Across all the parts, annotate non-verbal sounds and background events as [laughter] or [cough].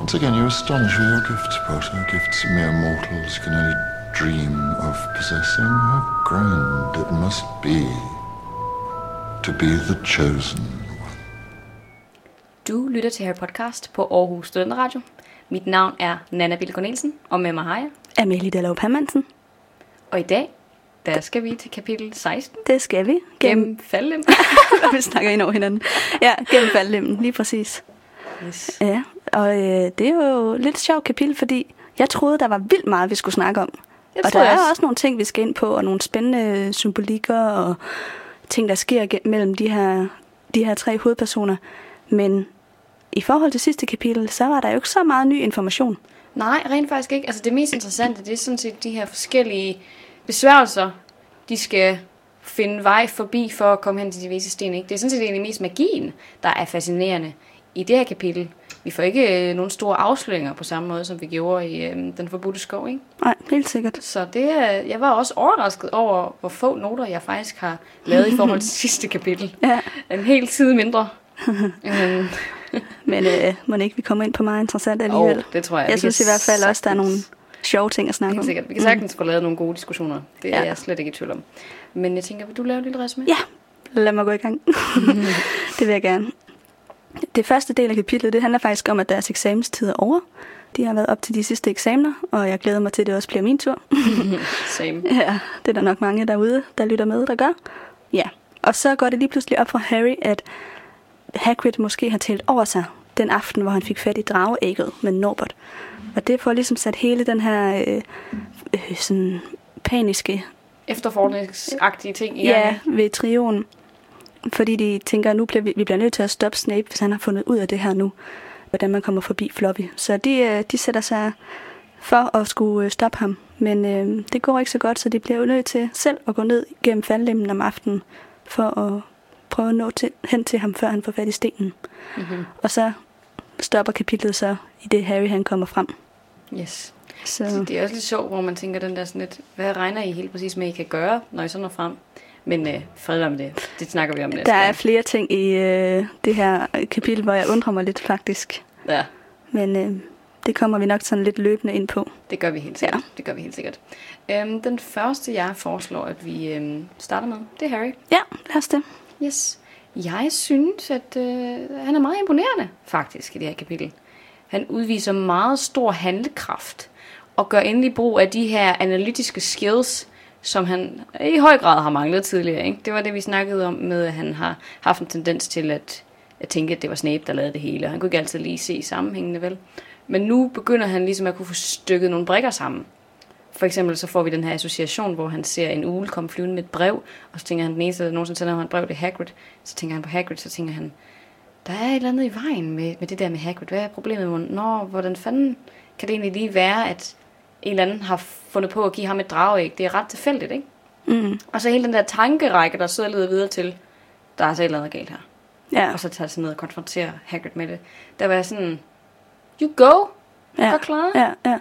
Once again, you astonish with your gifts, Potter. Gifts mere mortals can only dream of possessing. How grand it must be to be the chosen one. Du lytter til Harry Podcast på Aarhus Studenteradio. Mit navn er Nana Bille Cornelsen, og med mig har jeg. Amelie Dallov Hermansen. Og i dag, der skal vi til kapitel 16. Det skal vi. Gennem faldlem. [laughs] vi snakker ind over hinanden. Ja, gennem faldlemmen, lige præcis. Yes. Ja, og øh, det er jo lidt sjovt kapitel, fordi jeg troede, der var vildt meget, vi skulle snakke om. Jeg og tror der er også. jo også nogle ting, vi skal ind på, og nogle spændende symbolikker og ting, der sker ge- mellem de her, de her tre hovedpersoner. Men i forhold til sidste kapitel, så var der jo ikke så meget ny information. Nej, rent faktisk ikke. Altså det mest interessante, det er sådan set de her forskellige besværgelser, de skal finde vej forbi for at komme hen til de vise sten. Ikke? Det er sådan set egentlig mest magien, der er fascinerende i det her kapitel. Vi får ikke øh, nogen store afsløringer på samme måde, som vi gjorde i øh, Den Forbudte Skov. Ikke? Nej, helt sikkert. Så det, øh, jeg var også overrasket over, hvor få noter jeg faktisk har lavet i [laughs] forhold til sidste kapitel. Ja, En hel side [laughs] mindre. øhm, men øh, må ikke vi kommer ind på meget interessant alligevel. og det tror jeg. Jeg vi kan synes i hvert fald også, der er nogle sagtens- sjove ting at snakke Helt om. sikkert. Vi kan sagtens få lavet nogle gode diskussioner. Det er Ja. jeg slet ikke i tvivl om. Men jeg tænker, vil du lave et lille resume? Ja, lad mig gå i [laughs] gang. det vil jeg gerne. Det første del af kapitlet, det handler faktisk om, at deres eksamenstid er over. De har været op til de sidste eksamener, og jeg glæder mig til, at det også bliver min tur. Mhm. Same. Ja, det er der nok mange derude, der lytter med, der gør. Ja, og så går det lige pludselig op for Harry, at Hagrid måske har talt over sig den aften, hvor han fik fat i drageægget med Norbert. Og det får ligesom sat hele den her øh, øh, sådan paniske Efterforskningsagtige ting i gang. Ja, ved trioen. Fordi de tænker, at nu bliver vi, vi bliver nødt til at stoppe Snape, hvis han har fundet ud af det her nu. Hvordan man kommer forbi Floppy. Så de, øh, de sætter sig for at skulle øh, stoppe ham. Men øh, det går ikke så godt, så de bliver jo nødt til selv at gå ned gennem faldlemmen om aftenen. For at prøve at nå til, hen til ham, før han får fat i stenen. Mhm. Og så stopper kapitlet så i det Harry han kommer frem. Yes. Så Så det er også lidt sjovt, hvor man tænker den der sådan lidt, hvad regner I helt præcis med, I kan gøre, når I så når frem? Men øh, fred være med det. Det snakker vi om næste der er gang. flere ting i øh, det her kapitel, hvor jeg undrer mig lidt faktisk. Ja, Men øh, det kommer vi nok sådan lidt løbende ind på. det gør vi helt sikkert. Ja. Det gør vi helt sikkert. Øhm, den første, jeg foreslår, at vi øhm, starter med, det er Harry. Ja, lad os det. Yes. Jeg synes, at øh, han er meget imponerende, faktisk, i det her kapitel. Han udviser meget stor handlekraft og gør endelig brug af de her analytiske skills, som han i høj grad har manglet tidligere. Ikke? Det var det, vi snakkede om med, at han har haft en tendens til at, at tænke, at det var Snape, der lavede det hele. og Han kunne ikke altid lige se sammenhængene, vel? Men nu begynder han ligesom at kunne få stykket nogle brikker sammen. For eksempel så får vi den her association, hvor han ser en ugle komme flyvende med et brev, og så tænker han, den eneste, der nogensinde sender ham et brev, det er Hagrid. Så tænker han på Hagrid, så tænker han, der er et eller andet i vejen med, med det der med Hagrid. Hvad er problemet med ham? Nå, hvordan fanden kan det egentlig lige være, at en eller anden har fundet på at give ham et drageæg? Det er ret tilfældigt, ikke? Mm. Og så hele den der tankerække, der sidder og leder videre til, der er altså et eller andet galt her. Ja, Og så tager sig ned og konfronterer Hagrid med det. Der var jeg sådan, you go, ja, godt klaret. ja, ja.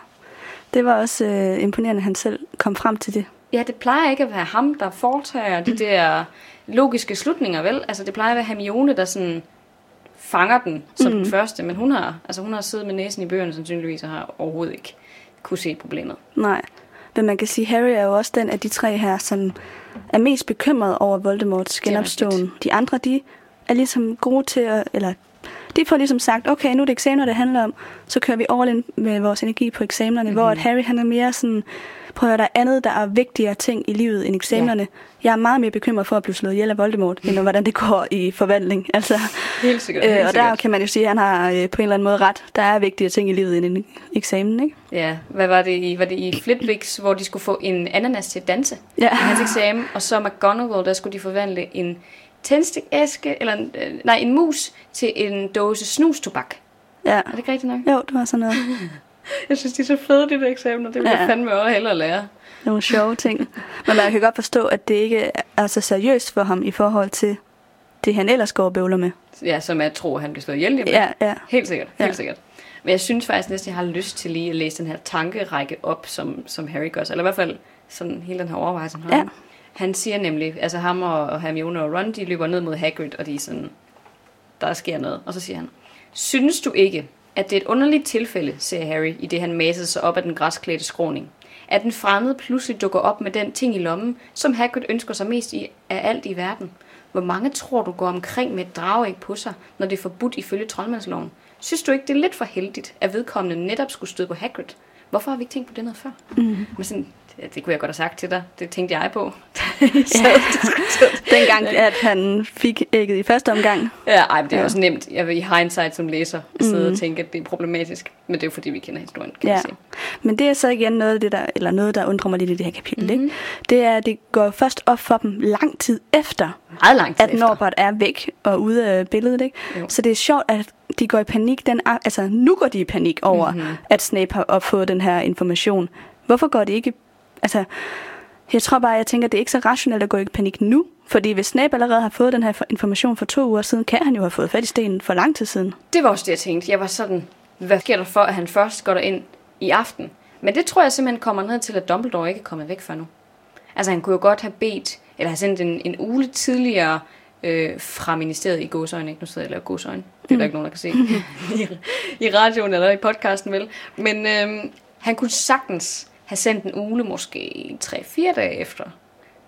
Det var også øh, imponerende, at han selv kom frem til det. Ja, det plejer ikke at være ham, der foretager de der logiske slutninger, vel? Altså, det plejer at være Hermione, der sådan fanger den som mm. den første, men hun har, altså, hun har siddet med næsen i bøgerne sandsynligvis, og har overhovedet ikke kunne se problemet. Nej. Men man kan sige, Harry er jo også den af de tre her, som er mest bekymret over Voldemorts er genopståen. De andre, de er ligesom gode til at... Eller de får ligesom sagt, okay, nu er det eksamener, det handler om, så kører vi all in med vores energi på eksamenerne, Mhm. mm-hmm. hvor at Harry han er mere sådan, prøv at høre, der er andet, der er vigtigere ting i livet end eksamenerne. Ja. Jeg er meget mere bekymret for at blive slået ihjel af Voldemort, end om, hvordan det går i forvandling. Altså, Helt sikkert. øh, Mhm. helt og der sikkert. kan man jo sige, at han har øh, på en eller anden måde ret. Der er vigtigere ting i livet end en eksamen, ikke? Ja, hvad var det i, var det i Flitwigs, hvor de skulle få en ananas til at danse Ja. i hans eksamen, og så McGonagall, der skulle de forvandle en tændstikæske, eller en, øh, nej, en mus til en dåse snustobak. Ja. Er det ikke rigtigt nok? Jo, det var sådan noget. Jeg synes, de er så fede, de der eksamener. Det vil Ja. ja. jeg fandme også hellere lære. Nogle sjove ting. Men man kan godt forstå, at det ikke er så seriøst for ham i forhold til det, han ellers går og bøvler med. Ja, som er at tro, at han bliver slået ihjel lige om lidt. Ja, ja. Helt sikkert, Ja. helt sikkert. Men jeg synes faktisk næsten, jeg har lyst til lige at læse den her tankerække op, som, som Harry gør sig. Eller i hvert fald sådan hele den her overvejelse, han har. Ja. Han siger nemlig, altså ham og, og Hermione og Ron, de løber ned mod Hagrid, og de er sådan, der sker noget. Og så siger han, synes du ikke, at det er et underligt tilfælde, siger Harry, i det han masede sig op af den græsklædte skråning. At den fremmede pludselig dukker op med den ting i lommen, som Hagrid ønsker sig mest i, af alt i verden. Hvor mange tror du går omkring med et drageæg på sig, når det er forbudt ifølge troldmandsloven? Synes du ikke, det er lidt for heldigt, at vedkommende netop skulle støde på Hagrid? Hvorfor har vi ikke tænkt på det noget før? Mm. Men sådan, ja, det kunne jeg godt have sagt til dig. Det tænkte jeg på. Så, Dengang, at han fik ægget i første omgang. Ja, ej, men det er ja. også nemt. Jeg vil i hindsight som læser sidde mm. og tænke, at det er problematisk. Men det er jo fordi, vi kender historien, kan ja. Ja. man sige. Men det er så igen noget, af det der, eller noget, der undrer mig lidt i det her kapitel. Mhm. Mm-hmm. Ikke? Det er, at det går først op for dem lang tid efter, Meget lang tid at efter. Norbert er væk og ude af billedet. Ikke? Jo. Så det er sjovt, at de går i panik. Den, a- altså, nu går de i panik over, Mhm. mm-hmm. at Snape har opfået den her information. Hvorfor går de ikke... Altså, jeg tror bare, jeg tænker, at det er ikke så rationelt at gå i panik nu. Fordi hvis Snape allerede har fået den her for- information for to uger siden, kan han jo have fået fat i stenen for lang tid siden. Det var også det, jeg tænkte. Jeg var sådan, hvad sker der for, at han først går derind i aften? Men det tror jeg simpelthen kommer ned til, at Dumbledore ikke er kommet væk fra nu. Altså, han kunne jo godt have bedt, eller have sendt en, en uge tidligere øh, fra ministeriet i gåsøjne. Ikke? Nu sidder jeg og laver gåsøjne. Det er der ikke nogen, der kan se I, i radioen eller i podcasten, vel? Men øh, han kunne sagtens have sendt en ule måske 3-4 dage efter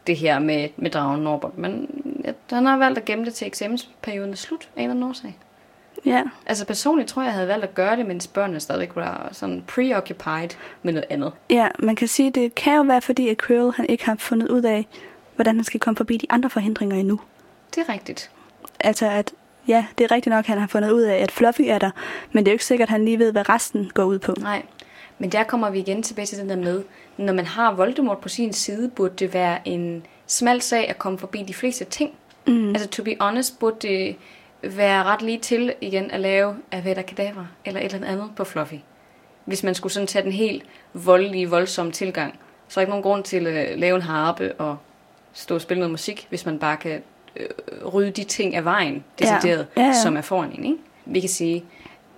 det her med, med dragen Norbert. Men øh, han har valgt at gemme det til eksamensperioden er slut af en eller anden årsag. Ja. Altså personligt tror jeg, jeg havde valgt at gøre det, mens børnene stadigvæk var sådan preoccupied med noget andet. Ja, man kan sige, det kan jo være, fordi at Quirrell han ikke har fundet ud af, hvordan han skal komme forbi de andre forhindringer endnu. Det er rigtigt. Altså at, ja, det er rigtigt nok, han har fundet ud af, at Fluffy er der, men det er jo ikke sikkert, at han lige ved, hvad resten går ud på. Nej. Men der kommer vi igen tilbage til den der med, når man har Voldemort på sin side, burde det være en smal sag at komme forbi de fleste ting. Mm. Altså to be honest, burde det være ret lige til igen at lave Avada Kedavra eller et eller andet på Fluffy. Hvis man skulle sådan tage den helt voldelige, voldsomme tilgang, så er der ikke nogen grund til at lave en harpe og stå og spille noget musik, hvis man bare kan øh, rydde de ting af vejen, Ja. decideret, Ja, ja. ja. Ja, som er foran en. Ikke? Vi kan sige,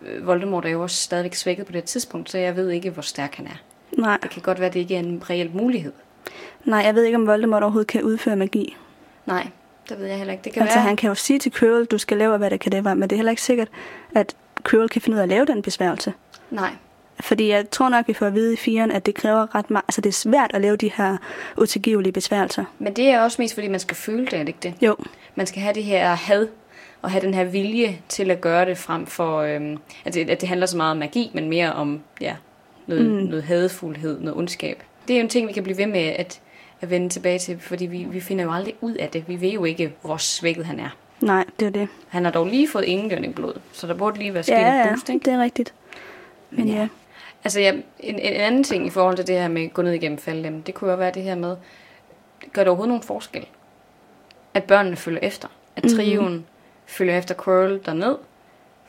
øh, Voldemort er jo også stadigvæk svækket på det her tidspunkt, så jeg ved ikke, hvor stærk han er. Nej, Det kan godt være, at det ikke er en reel mulighed. nej, jeg ved ikke, om Voldemort overhovedet kan udføre magi. Nej, det ved jeg heller ikke. Det kan Altså, være. han kan jo sige til Quirrell, du skal lave, hvad det kan det være, men det er heller ikke sikkert, at Quirrell kan finde ud af at lave den besværgelse. Nej. Fordi jeg tror nok, vi får at vide i firen, at det kræver ret meget, altså det er svært at lave de her utilgivelige besværgelser. Men det er også mest, fordi man skal føle det, er det ikke det? Jo, Man skal have det her had, og have den her vilje til at gøre det frem for... Øhm, at, det, at det handler så meget om magi, men mere om ja, noget, mm. noget hadefuldhed, noget ondskab. Det er jo en ting, vi kan blive ved med at, at vende tilbage til, fordi vi, vi finder jo aldrig ud af det. Vi ved jo ikke, hvor svækket han er. nej, det er det. Han har dog lige fået ingen i blod, så der burde lige være sket Ja, ja, et ja, boost, ikke? det er rigtigt. Men ja. Altså, ja, en, en anden ting i forhold til det her med at gå ned igennem faldlemmen, det kunne jo være det her med, gør det overhovedet nogen forskel? At børnene følger efter. At trioen mm-hmm. følger efter Quirrell derned.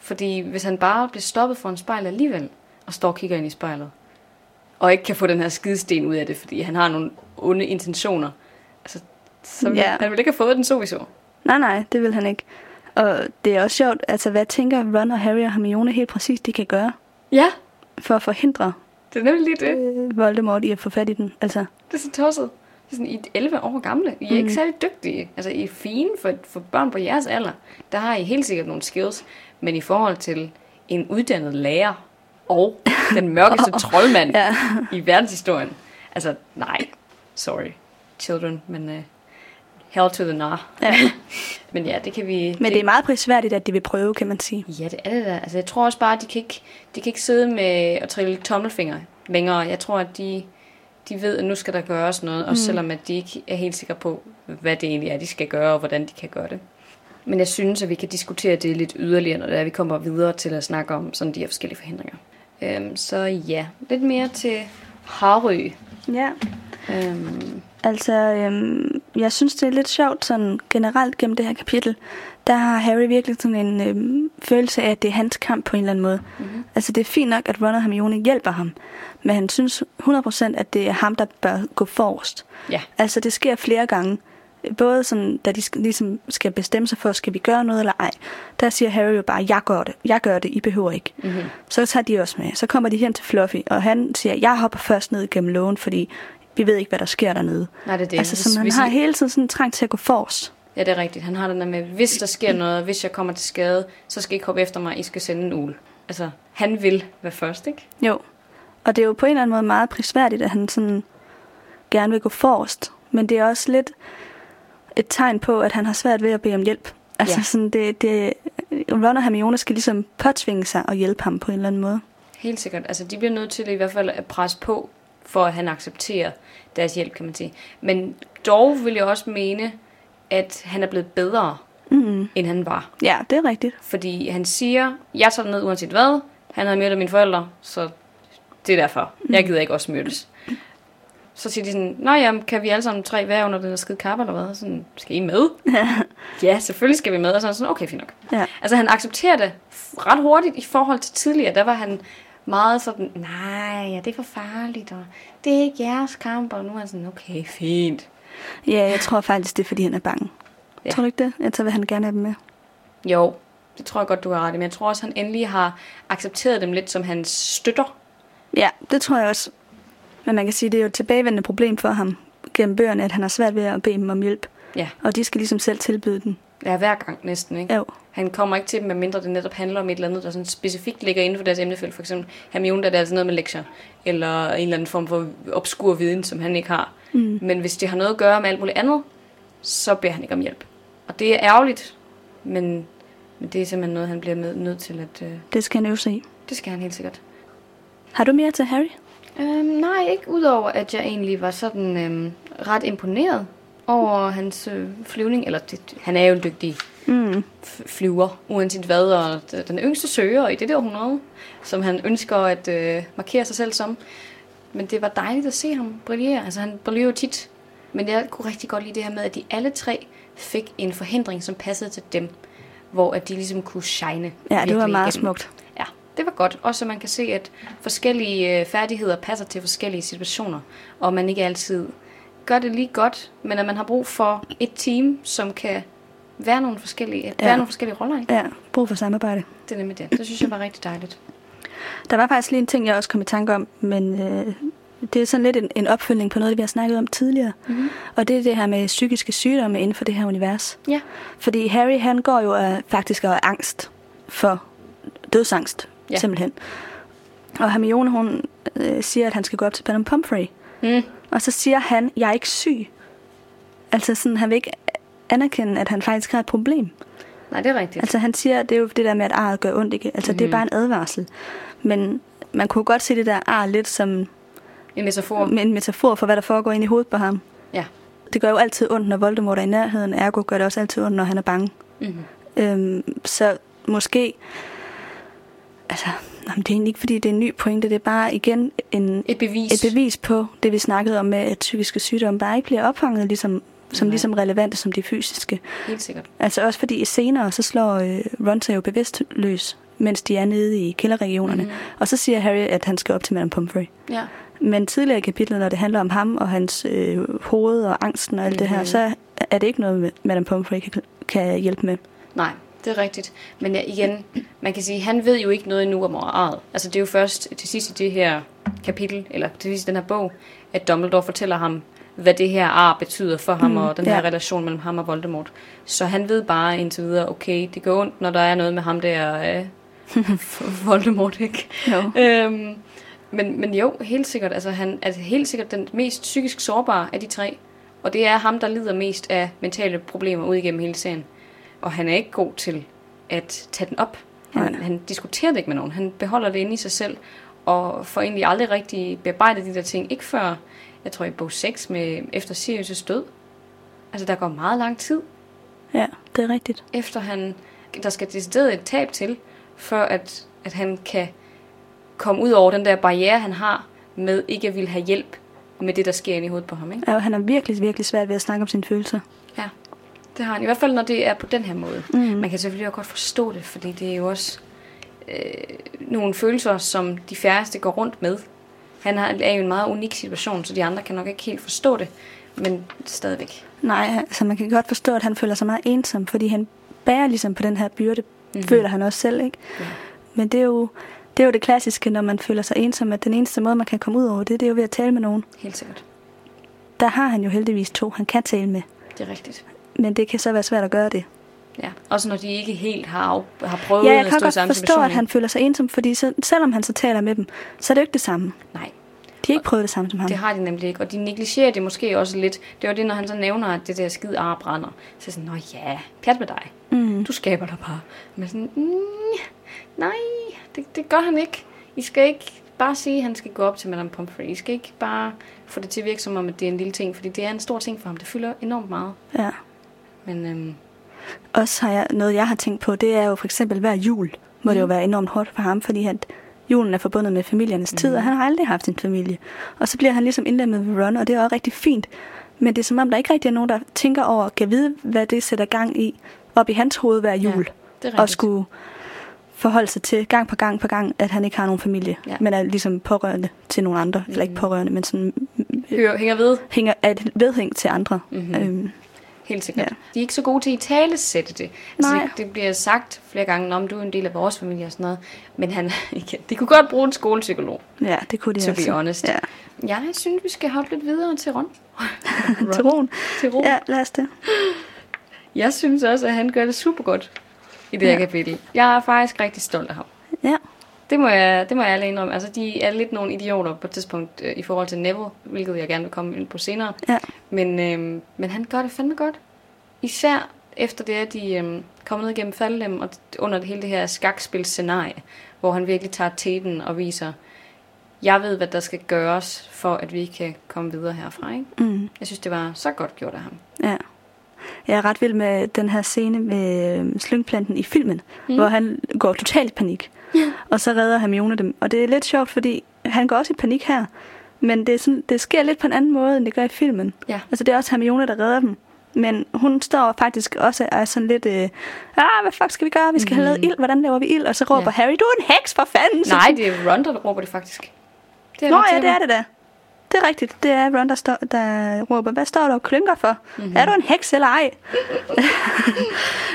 Fordi hvis han bare bliver stoppet for en spejl alligevel, og står og kigger ind i spejlet, og ikke kan få den her skidesten ud af det, fordi han har nogle onde intentioner, altså, så vil, Ja. han ville ikke have fået den så vi så. Nej, nej, det vil han ikke. Og det er også sjovt, altså hvad tænker Ron og Harry og Hermione helt præcis, de kan gøre Ja, for at forhindre det er nemlig lige det. øh, Voldemort i at få fat i den? Altså, Det er så tosset. Det er sådan, I er 11 år gamle. I er mm. ikke særlig dygtige. Altså, I er fine for, for børn på jeres alder. Der har I helt sikkert nogle skills. Men i forhold til en uddannet lærer og den [laughs] mørkeste troldmand Ja. i verdenshistorien. Altså, nej. Sorry, children. Men uh, hell to the nar. ja. [laughs] Men ja, det kan vi... Men det er meget prisværdigt, at de vil prøve, kan man sige. Ja, det er det da. Altså, jeg tror også bare, at de kan ikke, de kan ikke sidde med og trille tommelfinger længere. Jeg tror, at de, de ved, at nu skal der gøres noget, også Mm. selvom at de ikke er helt sikre på, hvad det egentlig er, de skal gøre, og hvordan de kan gøre det. Men jeg synes, at vi kan diskutere det lidt yderligere, når det er, vi kommer videre til at snakke om sådan de her forskellige forhindringer. Øhm, så ja, lidt mere til Harry. Ja. Øhm, Altså, øhm, jeg synes, det er lidt sjovt sådan generelt gennem det her kapitel. Der har Harry virkelig sådan en øhm, følelse af, at det er hans kamp på en eller anden måde. Mm-hmm. Altså, det er fint nok, at Ron og Hermione hjælper ham. Men han synes 100% at det er ham, der bør gå forrest. ja, Altså, det sker flere gange. Både sådan, da de sk- ligesom skal bestemme sig for, skal vi gøre noget eller ej. Der siger Harry jo bare, jeg gør det, jeg gør det, I behøver ikke. Mhm. Mm-hmm. Så tager de også med. Så kommer de hen til Fluffy, og han siger, jeg hopper først ned gennem lågen, fordi vi ved ikke, hvad der sker dernede. Nej, det er det. Altså, Hvis- som han hvis har I- hele tiden sådan en trang til at gå forrest. ja, det er rigtigt. Han har den der med, hvis der sker noget, hvis jeg kommer til skade, så skal I ikke hoppe efter mig, I skal sende en ule. altså, han vil være først, ikke? Jo. Og det er jo på en eller anden måde meget prisværdigt, at han sådan gerne vil gå forrest. Men det er også lidt et tegn på, at han har svært ved at bede om hjælp. Altså Ja. ja. sådan, det, det, Ron og Hermione skal ligesom påtvinge sig og hjælpe ham på en eller anden måde. Helt sikkert. Altså, de bliver nødt til i hvert fald at presse på, for at han accepterer deres hjælp, kan man sige. Men dog vil jeg også mene, at han er blevet bedre, Mm-hmm. mm. end han var. Ja, det er rigtigt. Fordi han siger, jeg tager det ned uanset hvad. Han havde myrdet mine forældre, så det er derfor. Jeg gider ikke også myrdes. Så siger de sådan, nej, jamen, kan vi alle sammen tre være under den der skide kappe eller hvad? Sådan, skal I med? ja, selvfølgelig skal vi med. Og så er han sådan, okay, fint nok. Ja. Altså han accepterer det ret hurtigt i forhold til tidligere. Der var han meget sådan, nej, ja, det er for farligt, og det er ikke jeres kamp, og nu er han sådan, okay, fint. ja, jeg tror faktisk, det er, fordi han er bange. Ja. Ja. Tror du ikke det? Jeg tager, vil han gerne have dem med. Jo, det tror jeg godt, du har ret i, men jeg tror også, han endelig har accepteret dem lidt som hans støtter. Ja, det tror jeg også. Men man kan sige, det er jo et tilbagevendende problem for ham gennem bøgerne, at han har svært ved at bede dem om hjælp. Ja, Og de skal ligesom selv tilbyde den. ja hver gang næsten, ikke? Jo. Han kommer ikke til dem, medmindre det netop handler om et eller andet, der sådan specifikt ligger inden for deres emnefelt. For eksempel Hermione, der er det altså noget med lektier, eller en eller anden form for obskur viden, som han ikke har. Mm. Men hvis det har noget at gøre med alt muligt andet, så beder han ikke om hjælp. Og det er ærgerligt, men, men det er simpelthen noget, han bliver med, nødt til, at øh, Det skal han øve sig i. det skal han helt sikkert. Har du mere til Harry? Øhm, nej, ikke udover, at jeg egentlig var sådan øhm, ret imponeret over hans øh, flyvning. Eller det, han er jo en dygtig Mm. f- flyver, uanset hvad, og d- den yngste søger i det der århundrede, som han ønsker at øh, markere sig selv som. Men det var dejligt at se ham brillere. Altså, han brillerer jo tit. Men jeg kunne rigtig godt lide det her med, at de alle tre fik en forhindring, som passede til dem. Hvor at de ligesom kunne shine. Ja, det var virkelig meget igennem. smukt. Ja, det var godt. Også så man kan se, at forskellige øh, færdigheder passer til forskellige situationer, og man ikke altid gør det lige godt, men at man har brug for et team, som kan være nogle forskellige, ja. være nogle forskellige roller. Ikke? Ja, brug for samarbejde. Det er nemlig det. Det synes jeg var rigtig dejligt. Der var faktisk lige en ting, jeg også kom i tanke om, men øh, det er sådan lidt en, en opfølgning på noget, vi har snakket om tidligere. Mm-hmm. Og det er det her med psykiske sygdomme inden for det her univers. Ja, Fordi Harry, han går jo af, faktisk af angst for dødsangst, Ja. ja. simpelthen. Og Hermione, hun øh, siger, at han skal gå op til Madame Pomfrey. Mm. Og så siger han, jeg er ikke syg. Altså sådan, han vil ikke anerkende, at han faktisk har et problem. nej, det er rigtigt. Altså han siger, det er jo det der med, at arret gør ondt, ikke? Altså mm. det Mhm. er bare en advarsel. Men man kunne godt se det der ar lidt som En metafor. en metafor for, hvad der foregår inde i hovedet på ham. Ja, Det gør jo altid ondt, når Voldemort er i nærheden. Ergo gør det også altid ondt, når han er bange. Mhm. Øhm, så måske... Altså, jamen, det er egentlig ikke, fordi det er en ny pointe. Det er bare igen en, et bevis. et bevis på det, vi snakkede om med, at psykiske sygdomme bare ikke bliver opfanget ligesom, som Nej. ligesom relevante som de fysiske. Helt sikkert. Altså også fordi senere, så slår øh, Ron sig jo bevidst løs, mens de er nede i kælderregionerne. Mm. Og så siger Harry, at han skal op til Madame Pomfrey. Ja. Men tidligere i kapitlet, når det handler om ham og hans øh, hoved og angsten og alt mm-hmm. det her, så er det ikke noget, Madame Pomfrey kan, kan hjælpe med. Nej, det er rigtigt. Men ja, igen, man kan sige, han ved jo ikke noget endnu om arret. Altså det er jo først til sidst i det her kapitel, eller til sidst i den her bog, at Dumbledore fortæller ham, hvad det her ar betyder for ham, mm, og den her ja. relation mellem ham og Voldemort. Så han ved bare indtil videre, okay, det går ondt, når der er noget med ham der, øh, Voldemort, ikke? Jo. Øhm, men, men jo, helt sikkert. Altså, han er helt sikkert den mest psykisk sårbare af de tre. Og det er ham, der lider mest af mentale problemer ud igennem hele serien. Og han er ikke god til at tage den op. Han, Nej. han diskuterer det ikke med nogen. Han beholder det inde i sig selv. Og får egentlig aldrig rigtig bearbejdet de der ting. Ikke før, jeg tror i bog 6 med efter Sirius' død. Altså, der går meget lang tid, Ja, det er rigtigt. efter han, der skal decideret et tab til, for at, at han kan komme ud over den der barriere, han har med ikke at ville have hjælp med det, der sker inde i hovedet på ham. Ikke? Og han har virkelig, virkelig svært ved at snakke om sine følelser. Ja, det har han. I hvert fald, når det er på den her måde. Mm. Mhm. Man kan selvfølgelig også godt forstå det, fordi det er jo også øh, nogle følelser, som de færreste går rundt med. Han har- er jo i en meget unik situation, så de andre kan nok ikke helt forstå det, men stadigvæk. Nej, altså man kan godt forstå, at han føler sig meget ensom, fordi han bærer ligesom på den her byrde, mm-hmm. føler han også selv, ikke? Mhm. Ja. Men det er, jo, det er jo det klassiske, når man føler sig ensom, at den eneste måde, man kan komme ud over det, det er jo ved at tale med nogen. Helt sikkert. Der har han jo heldigvis to, han kan tale med. Det er rigtigt. Men det kan så være svært at gøre det. Ja. Også når de ikke helt har, af- har prøvet ja, jeg at kan stå i godt samme forstå, situation. at han føler sig ensom, fordi så, selvom han så taler med dem, så er det jo ikke det samme. Nej, De har ikke prøvet det samme som ham. det har de nemlig ikke. Og de negligerer det måske også lidt. Det var det, når han så nævner, at det der skid ar brænder. Så er jeg sådan, nå ja, pjat med dig. Mm. Du skaber dig bare. Men sådan, mm, nej, det, det gør han ikke. I skal ikke bare sige, at han skal gå op til Madame Pomfrey. I skal ikke bare få det til at virke som om, at det er en lille ting. Fordi det er en stor ting for ham. Det fylder enormt meget. Ja. Men øhm, Også har jeg, noget, jeg har tænkt på, det er jo for eksempel hver jul, må mm. Mhm. det jo være enormt hårdt for ham, fordi at julen er forbundet med familiernes mm. tid, Mhm. og han har aldrig haft en familie. Og så bliver han ligesom indlemmet ved Ron, og det er også rigtig fint. Men det er som om, der ikke rigtig er nogen, der tænker over, kan vide, hvad det sætter gang i, op i hans hoved hver jul. det er og rigtigt. skulle forholde sig til gang på gang på gang, at han ikke har nogen familie, Ja. Mhm. men er ligesom pårørende til nogle andre. Mm. Eller ikke pårørende, men sådan mm, hører, hænger ved. hænger, er et vedhæng til andre. Mm-hmm. Mhm. Øhm, Helt sikkert. Ja. Ja. De er ikke så gode til at tale sætte det. Altså, Nej. Det, det bliver sagt flere gange, om du er en del af vores familie og sådan noget. Men han, [laughs] igen, de kunne godt bruge en skolepsykolog, ja, det kunne de to altså. be honest. Ja. Jeg synes, vi skal hoppe lidt videre til [laughs] Ron. Til roen. Til Ron. Ja, lad os det. Jeg synes også, at han gør det super godt i det her Ja. kapitel. Jeg er faktisk rigtig stolt af ham. Ja. Det må jeg, det må jeg alle indrømme. Altså, de er lidt nogle idioter på et tidspunkt øh, i forhold til Neville, hvilket jeg gerne vil komme ind på senere. Ja. Men, øh, men han gør det fandme godt. Især efter det, at de øh, kommer ned igennem faldelem, og d- under det hele det her skakspilscenarie, hvor han virkelig tager teten og viser, jeg ved, hvad der skal gøres, for at vi kan komme videre herfra. Ikke? Mm. Jeg synes, det var så godt gjort af ham. ja. Jeg er ret vild med den her scene med øhm, slyngplanten i filmen, mm. hvor han går totalt i panik. Yeah. Og så redder Hermione dem. Og det er lidt sjovt, fordi han går også i panik her. Men det, er sådan, det sker lidt på en anden måde, end det gør i filmen. Ja. Altså det er også Hermione, der redder dem. Men hun står faktisk også og er sådan lidt, øh, ah, hvad fuck skal vi gøre? Vi skal mm. have lavet ild. Hvordan laver vi ild? Og så råber Ja. yeah. Harry, du er en heks for fanden! Så Nej, det er Ron, der råber det faktisk. Det Nå ret ja, sikker det er på. det da. Det er rigtigt. Det er Ron, der, står, der råber, hvad står du og klynker for? Mhm. Mm-hmm. Er du en heks eller [laughs] ej?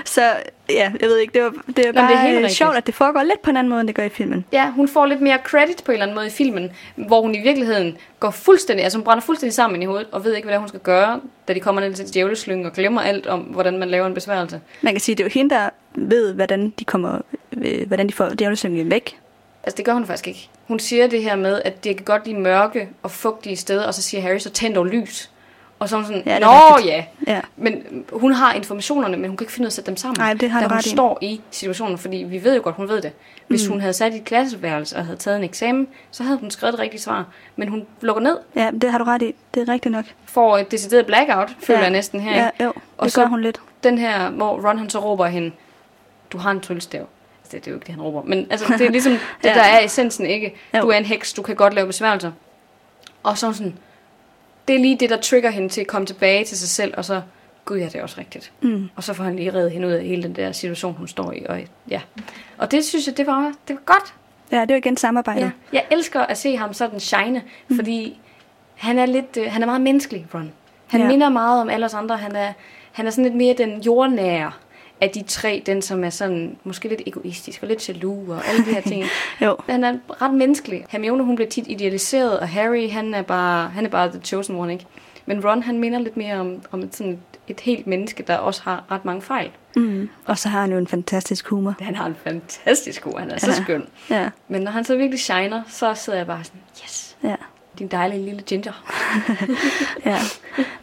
så ja, jeg ved ikke, det var, det var Nå, men det er bare helt det er rigtigt. sjovt, at det foregår lidt på en anden måde, end det gør i filmen. Ja, hun får lidt mere credit på en eller anden måde i filmen, hvor hun i virkeligheden går fuldstændig, altså hun brænder fuldstændig sammen i hovedet, og ved ikke, hvad det er, hun skal gøre, da de kommer ned til djævleslyngen og glemmer alt om, hvordan man laver en besværgelse. Man kan sige, det er jo hende, der ved, hvordan de, kommer, øh, hvordan de får djævlesyngen væk. Altså, det gør hun faktisk ikke. Hun siger det her med, at det kan godt lide mørke og fugtige steder, og så siger Harry, så tænd dog lys. Og så er hun sådan, Ja, ja, det er nå rigtigt." ja. Ja. Men hun har informationerne, men hun kan ikke finde ud af at sætte dem sammen. Nej, det har da du hun ret i. står i situationen, fordi vi ved jo godt, hun ved det. Hvis mm. hun havde sat i et klasseværelse og havde taget en eksamen, så havde hun skrevet det rigtige svar. Men hun lukker ned, Ja, det har du ret i. Det er rigtigt nok. får et decideret blackout, føler ja. jeg næsten her. Ja, ikke? jo. Og det så- gør hun lidt. Den her, hvor Ron han så råber af hende, du har en tryllestav. Altså, det, det er jo ikke det, han råber. Men altså, det er [laughs] ligesom det, Ja. der er essensen, ikke? Jo. Du er en heks, du kan godt lave besværgelser. Og så er hun sådan, det er lige det, der trigger hende til at komme tilbage til sig selv, og så, gud ja, det er også rigtigt. Mm. Og så får han lige reddet hende ud af hele den der situation, hun står i. Og, ja. og det synes jeg, det var, det var godt. Ja, det er jo igen samarbejdet. Ja. Jeg elsker at se ham sådan shine, mm. fordi han er lidt, øh, han er meget menneskelig, Ron. Han Ja. ja. minder meget om alle os andre. Han er, han er sådan lidt mere den jordnære af de tre, den som er sådan måske lidt egoistisk og lidt jaloux og alle de her [laughs] ting. Jo. Han er ret menneskelig. Hermione, hun bliver tit idealiseret, og Harry, han er bare, han er bare the chosen one, ikke? Men Ron, han minder lidt mere om, om et, sådan et, et helt menneske, der også har ret mange fejl. Mm. Og så har han jo en fantastisk humor. Han har en fantastisk god, han er så Ja. skøn. Ja, Men når han så virkelig shiner, så sidder jeg bare sådan, yes, ja. din dejlige lille ginger. [laughs] Ja.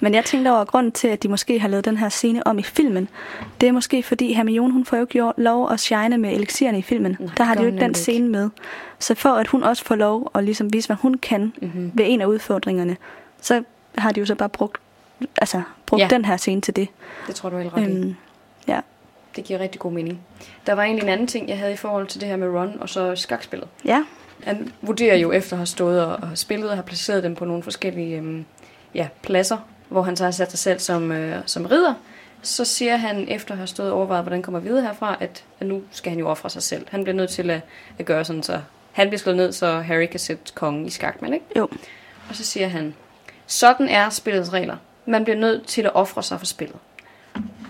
Men jeg tænkte over, at grunden til, at de måske har lavet den her scene om i filmen, det er måske fordi Hermione, hun får jo ikke gjort- lov at shine med elixierne i filmen. Nej, der har de gør jo hun ikke den nemlig scene med. Så for at hun også får lov at ligesom vise, hvad hun kan Mhm. mm-hmm. ved en af udfordringerne, så har de jo så bare brugt, altså, brugt ja. Ja. den her scene til det. Det tror du er helt ret i. Øhm, ja. Det giver rigtig god mening. Der var egentlig en anden ting, jeg havde i forhold til det her med Ron og så skakspillet. ja. Han vurderer jo efter at have stået og, og spillet og har placeret dem på nogle forskellige øhm, ja, pladser, hvor han så har sat sig selv som, øh, som ridder. Så siger han, efter at have stået og overvejet, hvordan kommer vi videre herfra, at, at nu skal han jo ofre sig selv. Han bliver nødt til at, at gøre sådan, så han bliver slået ned, så Harry kan sætte kongen i skak, men ikke? Jo. Og så siger han, sådan er spillets regler. Man bliver nødt til at ofre sig for spillet.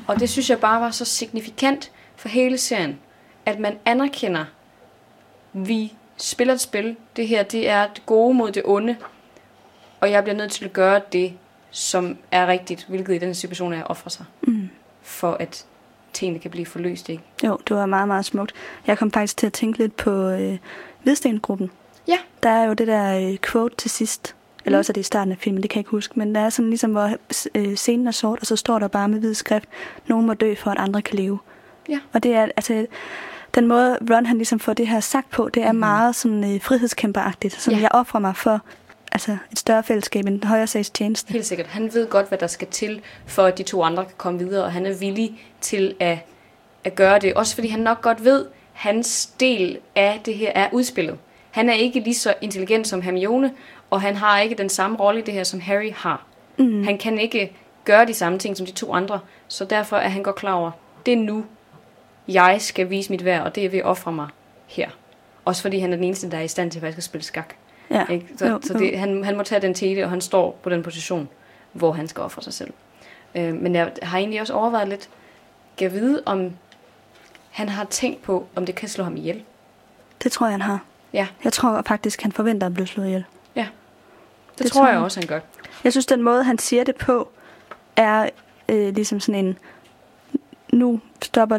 Og det synes jeg bare var så signifikant for hele serien, at man anerkender, vi spiller et spil. Det her, det er det gode mod det onde. Og jeg bliver nødt til at gøre det, som er rigtigt, hvilket i den her situation er at ofre sig. Mm. For at tingene kan blive forløst, ikke? Jo, det var meget, meget smukt. Jeg kom faktisk til at tænke lidt på øh, Hvidstengruppen. Ja. Der er jo det der øh, quote til sidst. Mm. Eller også er det i starten af filmen, det kan jeg ikke huske. Men der er sådan ligesom, hvor øh, scenen er sort, og så står der bare med hvid skrift, nogen må dø for, at andre kan leve. Ja. Og det er, altså, den måde Ron han ligesom får det her sagt på, det er mm. meget sådan øh, frihedskæmperagtigt. Sådan, Mm-hmm. Ja. ja. jeg offrer mig for altså, et større fællesskab, en højere sags tjeneste. Helt sikkert. Han ved godt, hvad der skal til, for at de to andre kan komme videre, og han er villig til at, at gøre det. Også fordi han nok godt ved, at hans del af det her er udspillet. Han er ikke lige så intelligent som Hermione, og han har ikke den samme rolle i det her, som Harry har. Mm. Han kan ikke gøre de samme ting som de to andre, så derfor er han godt klar over, det er nu, jeg skal vise mit værd, og det er ved at ofre mig her. Også fordi han er den eneste, der er i stand til faktisk at spille skak. Ja. Ikke? Så, Jo, så jo. det, han, han må tage den tele, og han står på den position, hvor han skal ofre sig selv. Øh, men jeg har egentlig også overvejet lidt, kan jeg vide, om han har tænkt på, om det kan slå ham ihjel? Det tror jeg, han har. Ja, Jeg tror faktisk, han forventer at blive slået ihjel. ja. Det, det Det tror tror jeg jeg. også, han gør. Jeg synes, den måde, han siger det på, er øh, ligesom sådan en, nu stopper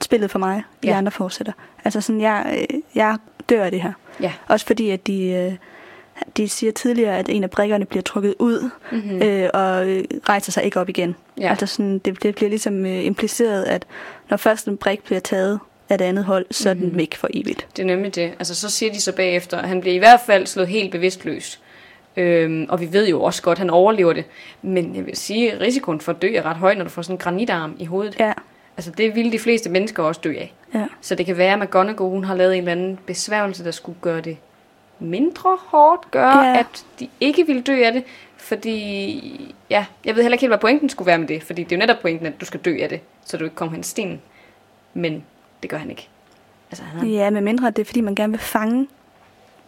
spillet for mig, ja. Ja. de andre fortsætter. Altså sådan, jeg, øh, jeg dør af det her. Ja, Også fordi, at de, øh, de siger tidligere, at en af brikkerne bliver trukket ud mm-hmm. øh, og øh, rejser sig ikke op igen. Mhm. Ja. Altså sådan, det, det bliver ligesom øh, impliceret, at når først en brik bliver taget af det andet hold, så Mhm. mm-hmm. er den væk for evigt. det er nemlig det. Altså, så siger de så bagefter, at han bliver i hvert fald slået helt bevidstløs. Øhm, og vi ved jo også godt, at han overlever det. Men jeg vil sige, at risikoen for at dø er ret høj, når du får sådan en granitarm i hovedet. Ja, Altså, det ville de fleste mennesker også dø af. ja. Så det kan være, at McGonagall hun har lavet en eller anden besværgelse, der skulle gøre det mindre hårdt, gøre, ja. Ja. at de ikke ville dø af det, fordi, ja, jeg ved heller ikke helt, hvad pointen skulle være med det, fordi det er jo netop pointen, at du skal dø af det, så du ikke kommer hen i stenen. Men det gør han ikke. Altså, han, ja. Ja, med mindre det er, fordi man gerne vil fange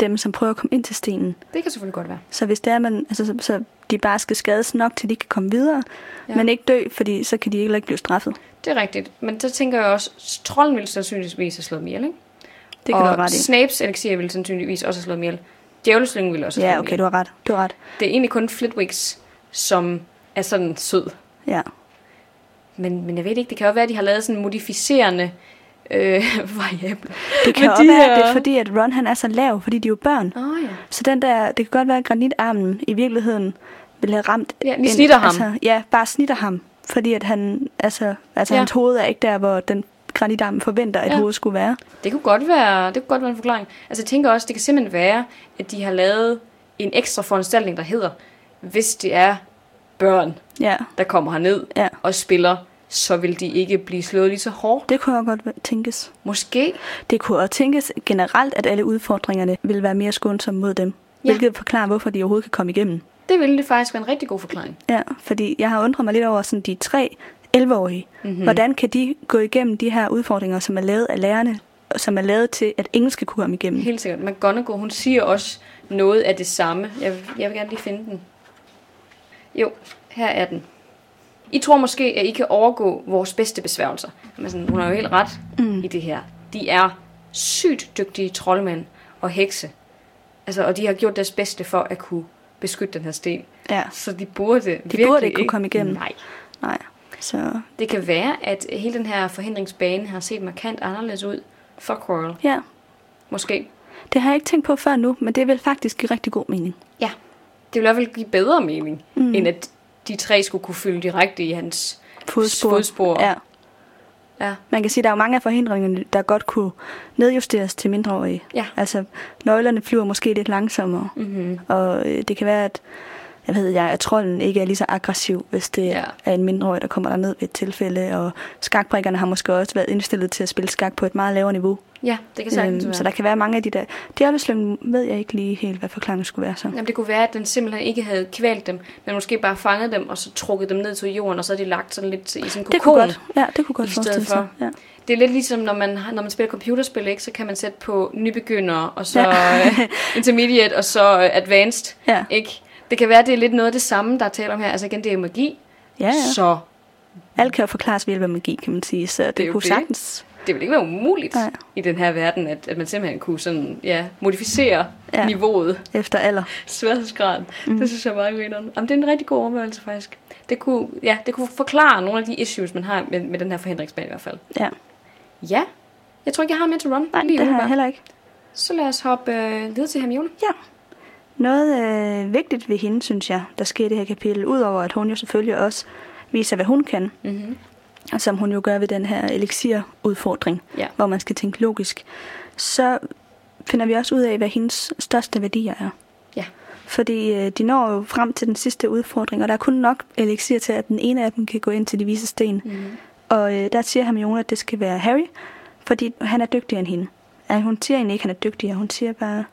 dem, som prøver at komme ind til stenen. det kan selvfølgelig godt være. Så hvis det er, man, altså, så, så de bare skal skades nok, til de kan komme videre, Ja. ja. men ikke dø, fordi så kan de heller ikke blive straffet. Det er rigtigt. Men så tænker jeg også, trolden ville sandsynligvis have slået dem ihjel, ikke? Det kan og du have ret i. Snapes elixir ville sandsynligvis også have slået dem ihjel. Djævleslyngen ville også have Ja, slået dem okay, du har ret. Du har ret. ihjel. Det er egentlig kun Flitwicks, som er sådan sød. Ja. Men, men jeg ved ikke, det kan jo være, at de har lavet sådan en modificerende øh, [laughs] variable. Det kan Men også de være, at det er- er fordi, at Ron han er så lav, fordi de er jo børn. Åh oh, ja. Så den der, det kan godt være, at granitarmen i virkeligheden ville have ramt... Ja, den snitter ham. Altså, ja, bare snitter ham. Fordi at han, altså, altså Ja. ja. hans hoved er ikke der, hvor den granitarmen forventer, at Ja. ja. hovedet skulle være. Det kunne godt være, det kunne godt være en forklaring. Altså jeg tænker også, det kan simpelthen være, at de har lavet en ekstra foranstaltning, der hedder, hvis det er børn, Ja, der kommer herned Ja. og spiller, så vil de ikke blive slået lige så hårdt. det kunne også godt være- tænkes. Måske. Det kunne også tænkes generelt, at alle udfordringerne ville være mere skånsomme mod dem. Ja. Ja. Hvilket forklarer, hvorfor de overhovedet kan komme igennem. Det ville det faktisk være en rigtig god forklaring. Ja, fordi jeg har undret mig lidt over sådan de tre 11-årige. Mm-hmm. Hvordan kan de gå igennem de her udfordringer, som er lavet af lærerne, og som er lavet til, at ingen skal kunne komme igennem? Helt sikkert. McGonagall, hun siger også noget af det samme. Jeg, jeg vil gerne lige finde den. Jo, her er den. I tror måske, at I kan overgå vores bedste besværgelser. Men sådan, hun har jo helt ret mm. i det her. De er sygt dygtige troldmænd og hekse. Altså, og de har gjort deres bedste for at kunne beskytte den her sten. Ja, Så de burde de virkelig ikke kunne komme igennem. Nej. nej. Så Det kan være, at hele den her forhindringsbane har set markant anderledes ud for Quirrell. ja, Måske. det har jeg ikke tænkt på før nu, men det vil faktisk give rigtig god mening. Ja, det ville i hvert fald give bedre mening, mm. end at de tre skulle kunne fylde direkte i hans Fodspor. fodspor. Ja. ja. Man kan sige, at der er jo mange af forhindringerne, der godt kunne nedjusteres til mindreårige. Ja. Altså, nøglerne flyver måske lidt langsommere. Mm-hmm. Og øh, det kan være, at jeg ved jeg, at trolden ikke er lige så aggressiv, hvis det Ja. ja. er en mindreårig, der kommer derned ved et tilfælde. Og skakbrikkerne har måske også været indstillet til at spille skak på et meget lavere niveau. Øhm, ja, det kan sagtens så være. der kan være mange af de der... Djævleslyngen ved jeg ikke lige helt, hvad forklaringen skulle være så. Jamen, det kunne være, at den simpelthen ikke havde kvalt dem, men måske bare fanget dem, og så trukket dem ned til jorden, og så havde de lagt sådan lidt til- i sådan en det kunne kokon. godt, ja, det kunne godt i forestille stedet sig. for. Ja. Det er lidt ligesom, når man, har- når man spiller computerspil, ikke? så kan man sætte på nybegynder, og så [laughs] Ja. øh, intermediate, og så øh, advanced. Ja. Ikke? Det kan være, at det er lidt noget af det samme, der er tale om her. Altså igen, det er magi, Ja, ja. så Alt kan jo forklares ved hjælp af magi, kan man sige. Så det, jo det kunne det. sagtens det ville ikke være umuligt Nej. Nej. i den her verden, at, at man simpelthen kunne sådan, ja, modificere ja. niveauet, efter alder. sværhedsgraden. Mm. Det synes jeg er meget grineren. Jamen, det er en rigtig god overvejelse faktisk. Det kunne, ja, det kunne forklare nogle af de issues, man har med, med den her forhindringsbane i hvert fald. Ja. Ja, jeg tror ikke, jeg har mere til Ron. Nej, det har jeg umiddelbart. heller ikke. Så lad os hoppe øh, videre til Hermione. Ja. Noget øh, vigtigt ved hende, synes jeg, der sker i det her kapitel, udover at hun jo selvfølgelig også viser, hvad hun kan, Mm-hmm. og som hun jo gør ved den her elixir-udfordring, Ja. hvor man skal tænke logisk, så finder vi også ud af, hvad hendes største værdier er. Ja. Fordi øh, de når jo frem til den sidste udfordring, og der er kun nok elixir til, at den ene af dem kan gå ind til de vise sten. Mm-hmm. Og øh, der siger Hermione, at det skal være Harry, fordi han er dygtigere end hende. Ja, hun siger egentlig ikke, at han er dygtigere. Hun siger bare,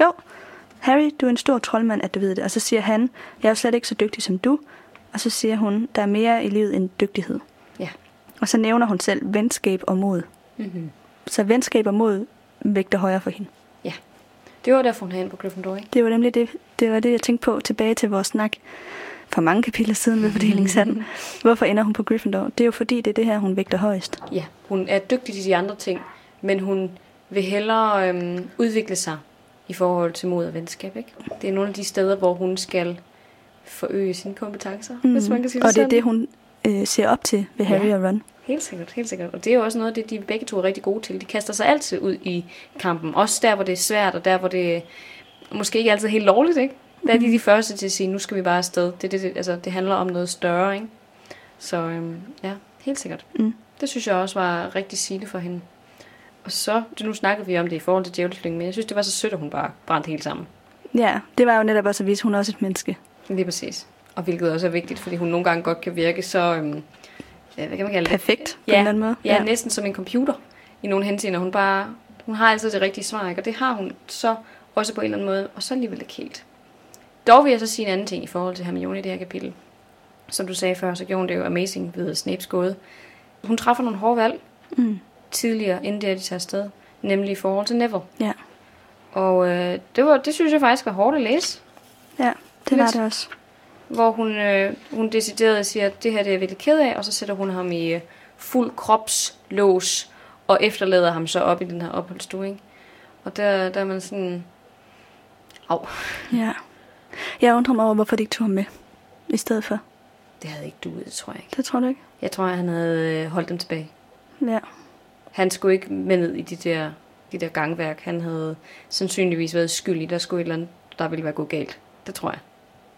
jo, Harry, du er en stor troldmand, at du ved det. Og så siger han, jeg er jo slet ikke så dygtig som du. Og så siger hun, der er mere i livet end dygtighed. Ja. Og så nævner hun selv venskab og mod. Mm-hmm. Så venskab og mod vægter højere for hende. ja. Det var derfor, hun havde ind på Gryffindor, ikke? Det var nemlig det, det, var det jeg tænkte på tilbage til vores snak for mange kapitler siden ved fordelingshatten. Hvorfor ender hun på Gryffindor? Det er jo fordi, det er det her, hun vægter højst. Ja. Hun er dygtig til de andre ting, men hun vil hellere øhm, udvikle sig i forhold til mod og venskab, ikke? Det er nogle af de steder, hvor hun skal forøge sine kompetencer, mm. hvis man kan sige og det er sådan. det, hun øh, ser op til ved Harry Ja. og Ron. Helt sikkert, helt sikkert. Og det er jo også noget af det, de begge to er rigtig gode til. De kaster sig altid ud i kampen. Også der, hvor det er svært, og der, hvor det er måske ikke altid er helt lovligt, ikke? Der er Mhm. de de første til at sige, nu skal vi bare afsted. Det, det, det, altså, det handler om noget større, ikke? Så øhm, ja, helt sikkert. Mm. Det synes jeg også var rigtig sigende for hende. Og så, det, nu snakkede vi om det i forhold til djævleslyngen, men jeg synes, det var så sødt, at hun bare brændte helt sammen. Ja, det var jo netop også at vise, at hun er også et menneske. Lige præcis. Og hvilket også er vigtigt, fordi hun nogle gange godt kan virke så... Øhm, øh, hvad kan man kalde det? Perfekt, på Ja. en eller anden måde. Ja, ja, næsten som en computer i nogle henseender. Hun, bare, hun har altid det rigtige svar, ikke? og det har hun så også på en eller anden måde, og så alligevel ikke helt. Dog vil jeg så sige en anden ting i forhold til Hermione i det her kapitel. Som du sagde før, så gjorde hun det jo amazing ved Snapes gåde. Hun træffer nogle hårde valg Mm. tidligere, inden det er, de tager afsted. Nemlig i forhold til Neville. ja. Og øh, det, var, det synes jeg faktisk var hårdt at læse. ja det var Lidt. det også. Hvor hun, øh, hun decideret siger, at det her det er jeg virkelig ked af, og så sætter hun ham i øh, fuld kropslås, og efterlader ham så op i den her opholdsstue. Ikke? Og der, der er man sådan... Au, Ja. Jeg undrer mig over, hvorfor de ikke tog ham med i stedet for. det havde ikke duet, tror jeg ikke. Det tror du ikke? Jeg tror, han havde øh, holdt dem tilbage. Ja. Han skulle ikke med ned i de der, de der gangværk. Han havde sandsynligvis været skyldig. Der skulle et eller andet, der ville være gået galt. Det tror jeg.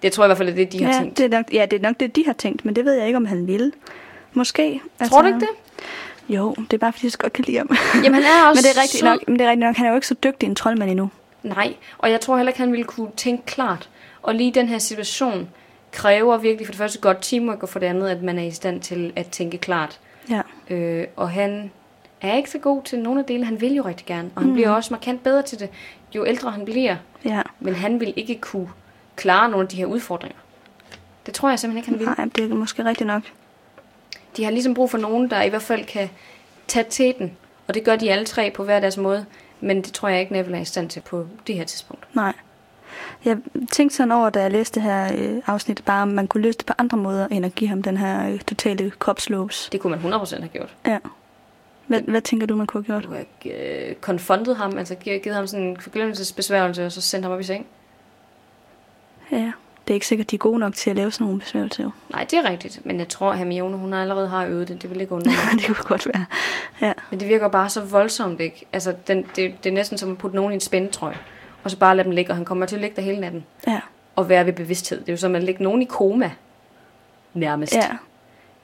Det tror jeg i hvert fald, at det er det, de har ja, tænkt. det er nok, ja, det er nok det, de har tænkt, men det ved jeg ikke, om han ville. Måske. Altså, Tror du ikke det? Jo, det er bare, fordi jeg så godt kan lide ham. [laughs] Jamen, han er også men, det er rigtigt sød. nok, men det er rigtigt nok, han er jo ikke så dygtig en troldmand endnu. Nej, og jeg tror heller ikke, han ville kunne tænke klart. Og lige den her situation kræver virkelig for det første godt teamwork, og for det andet, at man er i stand til at tænke klart. Ja. Øh, og han er ikke så god til nogle af delene. Han vil jo rigtig gerne, og han mm. bliver også markant bedre til det, jo ældre han bliver. Ja. Men han vil ikke kunne klare nogle af de her udfordringer. Det tror jeg simpelthen ikke, han vil. Nej, det er måske rigtigt nok. De har ligesom brug for nogen, der i hvert fald kan tage til den. Og det gør de alle tre på hver deres måde. Men det tror jeg ikke, Neville er i stand til på det her tidspunkt. Nej. Jeg tænkte sådan over, da jeg læste det her øh, afsnit, bare om man kunne løse det på andre måder, end at give ham den her øh, totale kropslås. Det kunne man 100% have gjort. Ja. Hvad, hvad tænker du, man kunne have gjort? Du har øh, konfrontet ham, altså gi- givet ham sådan en forglemmelsesbesværgelse, og så sendt ham op i seng. Ja. Det er ikke sikkert, de er gode nok til at lave sådan nogle besværgelser. jo. [laughs] Nej, det er rigtigt, men jeg tror, at Hermione, hun allerede har øvet det. Det vil ikke undre [laughs] mig. det kunne godt være. Ja. Men det virker bare så voldsomt, ikke? Altså, den, det, det er næsten som at putte nogen i en spændetrøje, og så bare lade dem ligge, og han kommer til at ligge der hele natten. Ja. Og være ved bevidsthed. Det er jo som at lægge nogen i koma, nærmest. Ja.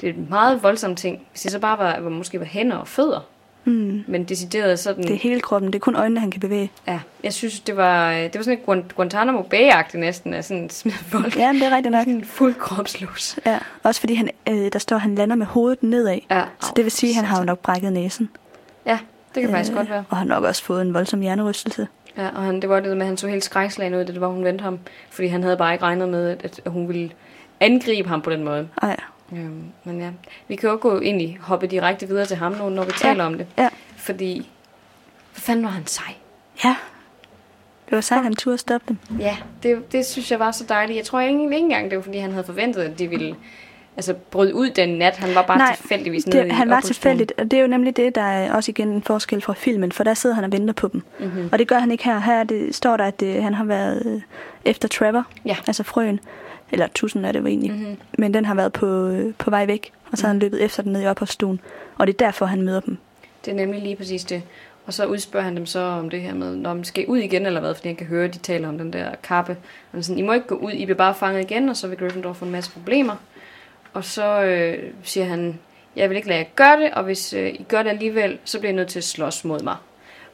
Det er en meget voldsom ting. Hvis det så bare var, var måske var hænder og fødder, Mm. men decideret sådan... Det er hele kroppen. Det er kun øjnene, han kan bevæge. Ja, jeg synes, det var, øh, det var sådan et Guant- Guantanamo Bay-agtigt næsten, at sådan smide folk Ja, men det er rigtigt nok. Sådan en fuld kropslås. Ja. Også fordi han, øh, der står, at han lander med hovedet nedad. Ja. Så det vil sige, at han har jo nok brækket næsen. Ja, det kan øh. faktisk godt være. Og har nok også fået en voldsom hjernerystelse. Ja, og han, det var det med, at han så helt skrækslagen ud, da det var, hun vendte ham. Fordi han havde bare ikke regnet med, at, at hun ville angribe ham på den måde. Ej. Øhm, men ja, vi kan jo gå ind i, hoppe direkte videre til ham nu, når vi taler om det. Ja. Fordi, hvor fanden var han sej? Ja. Det var sejt, han turde stoppe dem. Ja, det, det synes jeg var så dejligt. Jeg tror ikke, ikke engang, det var, fordi han havde forventet, at de ville altså, brød ud den nat. Han var bare Nej, tilfældigvis nede Det, i han var opholdsstuen. tilfældigt, og det er jo nemlig det, der er også igen en forskel fra filmen, for der sidder han og venter på dem. Mhm. Mm-hmm. Og det gør han ikke her. Her er det, står der, at det, han har været øh, efter Trevor, Ja. Mhm. altså frøen. Eller tusind er det jo egentlig. Mm-hmm. Men den har været på, øh, på vej væk, og så har han løbet efter den ned i opholdsstuen. Og det er derfor, han møder dem. Det er nemlig lige præcis det. Og så udspørger han dem så om det her med, når man skal I ud igen eller hvad, fordi han kan høre, at de taler om den der kappe. Han er sådan, I må ikke gå ud, I bliver bare fanget igen, og så vil Gryffindor få en masse problemer. Og så øh, siger han, jeg vil ikke lade jer gøre det, og hvis øh, I gør det alligevel, så bliver I nødt til at slås mod mig.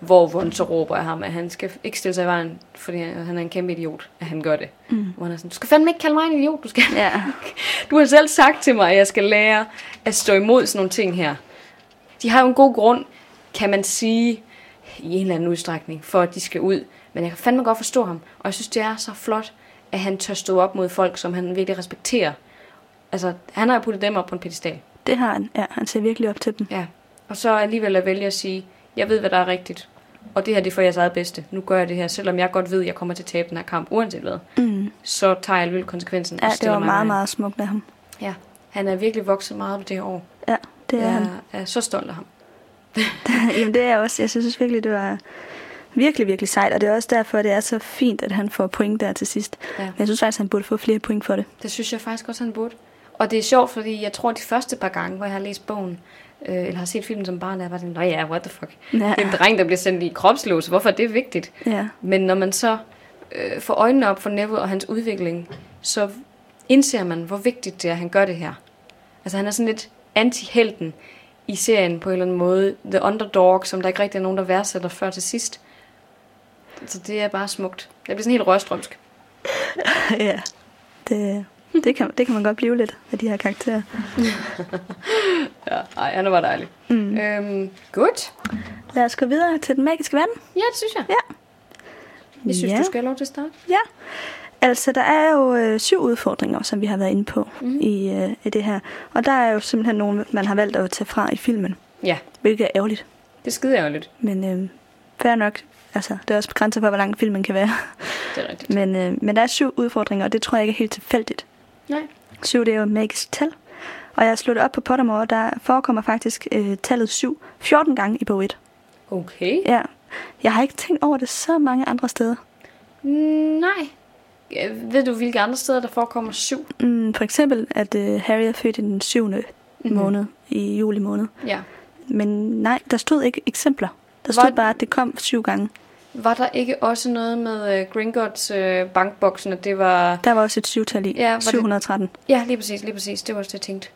Hvor Ron så råber jeg ham, at han skal ikke stille sig i vejen, fordi han han er en kæmpe idiot, at han gør det. Mm. Hvor han er sådan, du skal fandme ikke kalde mig en idiot, du skal Ja. [laughs] du har selv sagt til mig, at jeg skal lære at stå imod sådan nogle ting her. De har jo en god grund, kan man sige, i en eller anden udstrækning, for at de skal ud. Men jeg kan fandme godt forstå ham, og jeg synes, det er så flot, at han tør stå op mod folk, som han virkelig respekterer. Altså, han har jo puttet dem op på en pedestal. Det har han. Ja, han ser virkelig op til dem. Ja. Og så alligevel at vælge at sige, jeg ved, hvad der er rigtigt, og det her det er for jeres eget bedste. Nu gør jeg det her, selvom jeg godt ved, at jeg kommer til at tabe den her kamp, uanset hvad. Mm. Så tager jeg alligevel konsekvensen. Ja, og det stiller var mig i meget, vejen. meget smukt af ham. Ja, han er virkelig vokset meget på det her år. Ja, det er ja. han. Jeg er så stolt af ham. [laughs] Jamen det er også, jeg synes virkelig, det var virkelig, virkelig sejt, og det er også derfor, det er så fint, at han får point der til sidst. Ja. Men jeg synes faktisk, han burde få flere point for det. Det synes jeg faktisk også, han burde. Og det er sjovt, fordi jeg tror, de første par gange, hvor jeg har læst bogen, øh, eller har set filmen som barn, der var det, nå ja, what the fuck. Ja. Ja. Det er en dreng, der bliver sendt i kropslås. Hvorfor er det vigtigt? Ja, Men når man så øh, får øjnene op for Neville og hans udvikling, så indser man, hvor vigtigt det er, at han gør det her. Altså han er sådan lidt anti-helten i serien på en eller anden måde. The underdog, som der ikke rigtig er nogen, der værdsætter før til sidst. Så det er bare smukt. Jeg bliver sådan helt rørstrømsk. [laughs] ja. Det, det, kan, det kan man godt blive lidt af de her karakterer. Ja, ej, han var dejlig. Mm. Øhm, godt. Lad os gå videre til den magiske verden. Ja, det synes jeg. Ja. Jeg synes, Ja. ja. du skal have lov til at starte. Ja. Altså, der er jo øh, syv udfordringer, som vi har været inde på Mhm. mm. i, øh, i det her. Og der er jo simpelthen nogle, man har valgt at tage fra i filmen, Ja, hvilket er ærgerligt. det skider jeg jo lidt. Men øh, fair nok. Altså, det er også begrænset for, hvor lang filmen kan være. Det er rigtigt. Men, øh, men der er syv udfordringer, og det tror jeg ikke er helt tilfældigt. Nej. Syv, det er jo et magisk tal. Og jeg har slået op på Pottermore, og der forekommer faktisk øh, tallet syv 14 gange i bog 1. Okay. Ja. Jeg har ikke tænkt over det så mange andre steder. Mm, nej. Ja, Ved du, hvilke andre steder, der forekommer syv? Mm, for eksempel, at øh, Harry er født i den syvende Mhm. mm-hmm. måned, i juli måned. Ja. Men nej, der stod ikke eksempler. Der Hvor- stod bare, at det kom syv gange. Var der ikke også noget med uh, Gringotts uh, bankboksen, at det var... Der var også et syvtal i. Ja, var det- 713. Ja, lige præcis, lige præcis. Det var også det, jeg tænkte.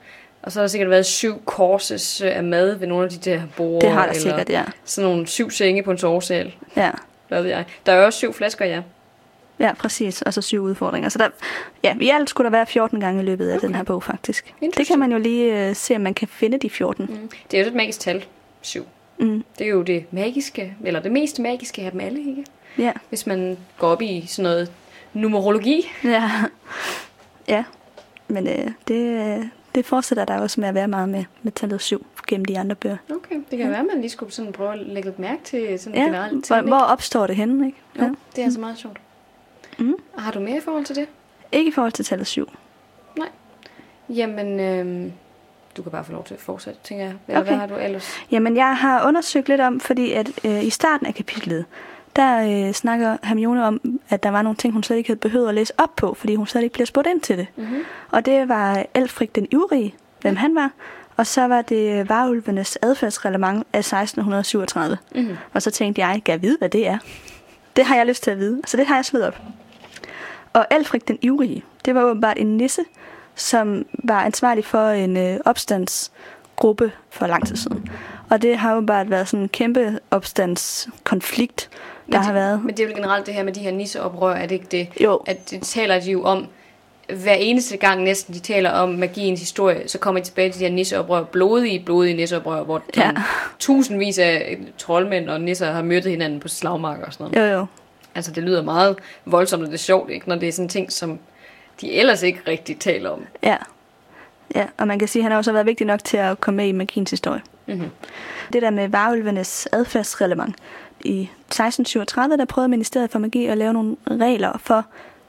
Og så har der sikkert været syv courses øh, af mad ved nogle af de der borde. Det har der eller sikkert, ja. Sådan nogle syv senge på en sovesal. ja. Hvad ved jeg. Der er jo også syv flasker, ja. Ja, præcis. Og så syv udfordringer. Så der, ja, i alt skulle der være 14 gange i løbet af okay. den her bog, faktisk. Det kan Interessant. man jo lige øh, se, om man kan finde de 14. Mm. Det er jo et magisk tal, 7. Mm. Det er jo det magiske, eller det mest magiske af dem alle, ikke? Ja. Hvis man går op i sådan noget numerologi. ja. Ja. Men øh, det, øh, det fortsætter der også med at være meget med, med tallet 7 gennem de andre bøger. Okay, det kan være, at man lige skulle sådan prøve at lægge lidt mærke til sådan Ja, generelt. hvor, hvor opstår det henne, ikke? Jo, det er altså meget sjovt. Mm. Og har du mere i forhold til det? Ikke i forhold til tallet 7. Nej. Jamen, øhm, du kan bare få lov til at fortsætte, tænker jeg. Eller Okay. okay. hvad har du ellers? Jamen, jeg har undersøgt lidt om, fordi at øh, i starten af kapitlet, der øh, snakker Hermione om, at der var nogle ting, hun slet ikke havde behøvet at læse op på, fordi hun slet ikke bliver spurgt ind til det. Mhm. Mm-hmm. Og det var Alfred den Ivrige, hvem han var, og så var det øh, varulvenes adfærdsreglement af 1637. Mm. Mm-hmm. Mhm. Og så tænkte jeg, kan jeg vide, hvad det er? Det har jeg lyst til at vide, så det har jeg slået op. Og Alfred den Ivrige, det var åbenbart en nisse, som var ansvarlig for en øh, opstandsgruppe for lang tid siden. Og det har åbenbart været sådan en kæmpe opstandskonflikt, der det, har været. Men det er vel generelt det her med de her nisseoprør, er det ikke det? Jo. At det taler de jo om, hver eneste gang næsten de taler om magiens historie, så kommer de tilbage til de her nisseoprør, blodige, blodige nisseoprør, hvor Ja. ja. tusindvis af troldmænd og nisser har myrdet hinanden på slagmarker og sådan noget. Jo, jo. Altså det lyder meget voldsomt, og det er sjovt, ikke? når det er sådan ting, som de ellers ikke rigtig taler om. Ja. ja. Og man kan sige, at han har også været vigtig nok til at komme med i magiens historie. Mhm. Det der med varulvenes adfærdsreglement. I 1637, der prøvede Ministeriet for Magi at lave nogle regler for,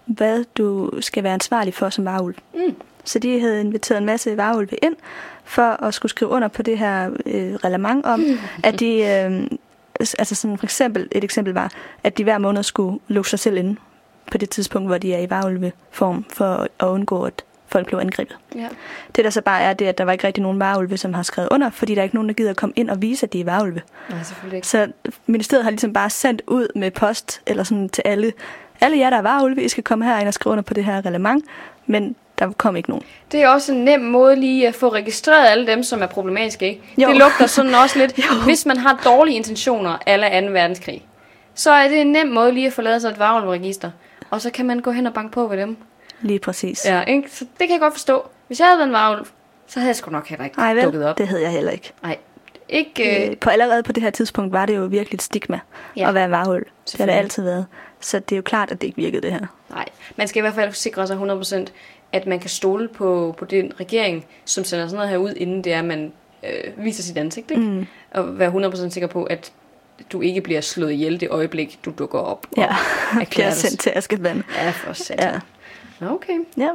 hvad du skal være ansvarlig for som varulv. Mm. Så de havde inviteret en masse varulve ind for at skulle skrive under på det her øh, reglement om, at de, øh, altså sådan for eksempel, et eksempel var, at de hver måned skulle lukke sig selv inde på det tidspunkt, hvor de er i varulveform, for at undgå, at folk blev angrebet. Ja. Det der så bare er, det er, at der var ikke rigtig nogen varulve, som har skrevet under, fordi der er ikke nogen, der gider at komme ind og vise, at de er varulve. Nej, selvfølgelig ikke. Så ministeriet har ligesom bare sendt ud med post, eller sådan til alle, alle jer, der er varulve, I skal komme herind og skrive under på det her reglement, men der kom ikke nogen. Det er også en nem måde lige at få registreret alle dem, som er problematiske, ikke? Jo. Jo. Det lugter sådan også lidt. [laughs] Jo. Hvis man har dårlige intentioner alle 2. verdenskrig, så er det en nem måde lige at få lavet sig et varulvregister. Og så kan man gå hen og banke på ved dem. Lige præcis. Ja, ikke? Så det kan jeg godt forstå. Hvis jeg havde været en varulv, så havde jeg sgu nok heller ikke Ej, vel, dukket op. det havde jeg heller ikke. Nej, ikke... Øh, Øh, på allerede på det her tidspunkt var det jo virkelig et stigma ja. Ja. at være varhul. Det har det Selvfølgelig. altid været. Så det er jo klart, at det ikke virkede det her. nej, man skal i hvert fald sikre sig 100%, at man kan stole på, på den regering, som sender sådan noget her ud, inden det er, at man øh, viser sit ansigt. Ikke? Mm. Og være 100% sikker på, at du ikke bliver slået ihjel det øjeblik, du dukker op. og Ja, [laughs] jeg erklærer er dig- sendt til Askeban. Ja, for satan. Ja. Ja. Nå, okay. ja.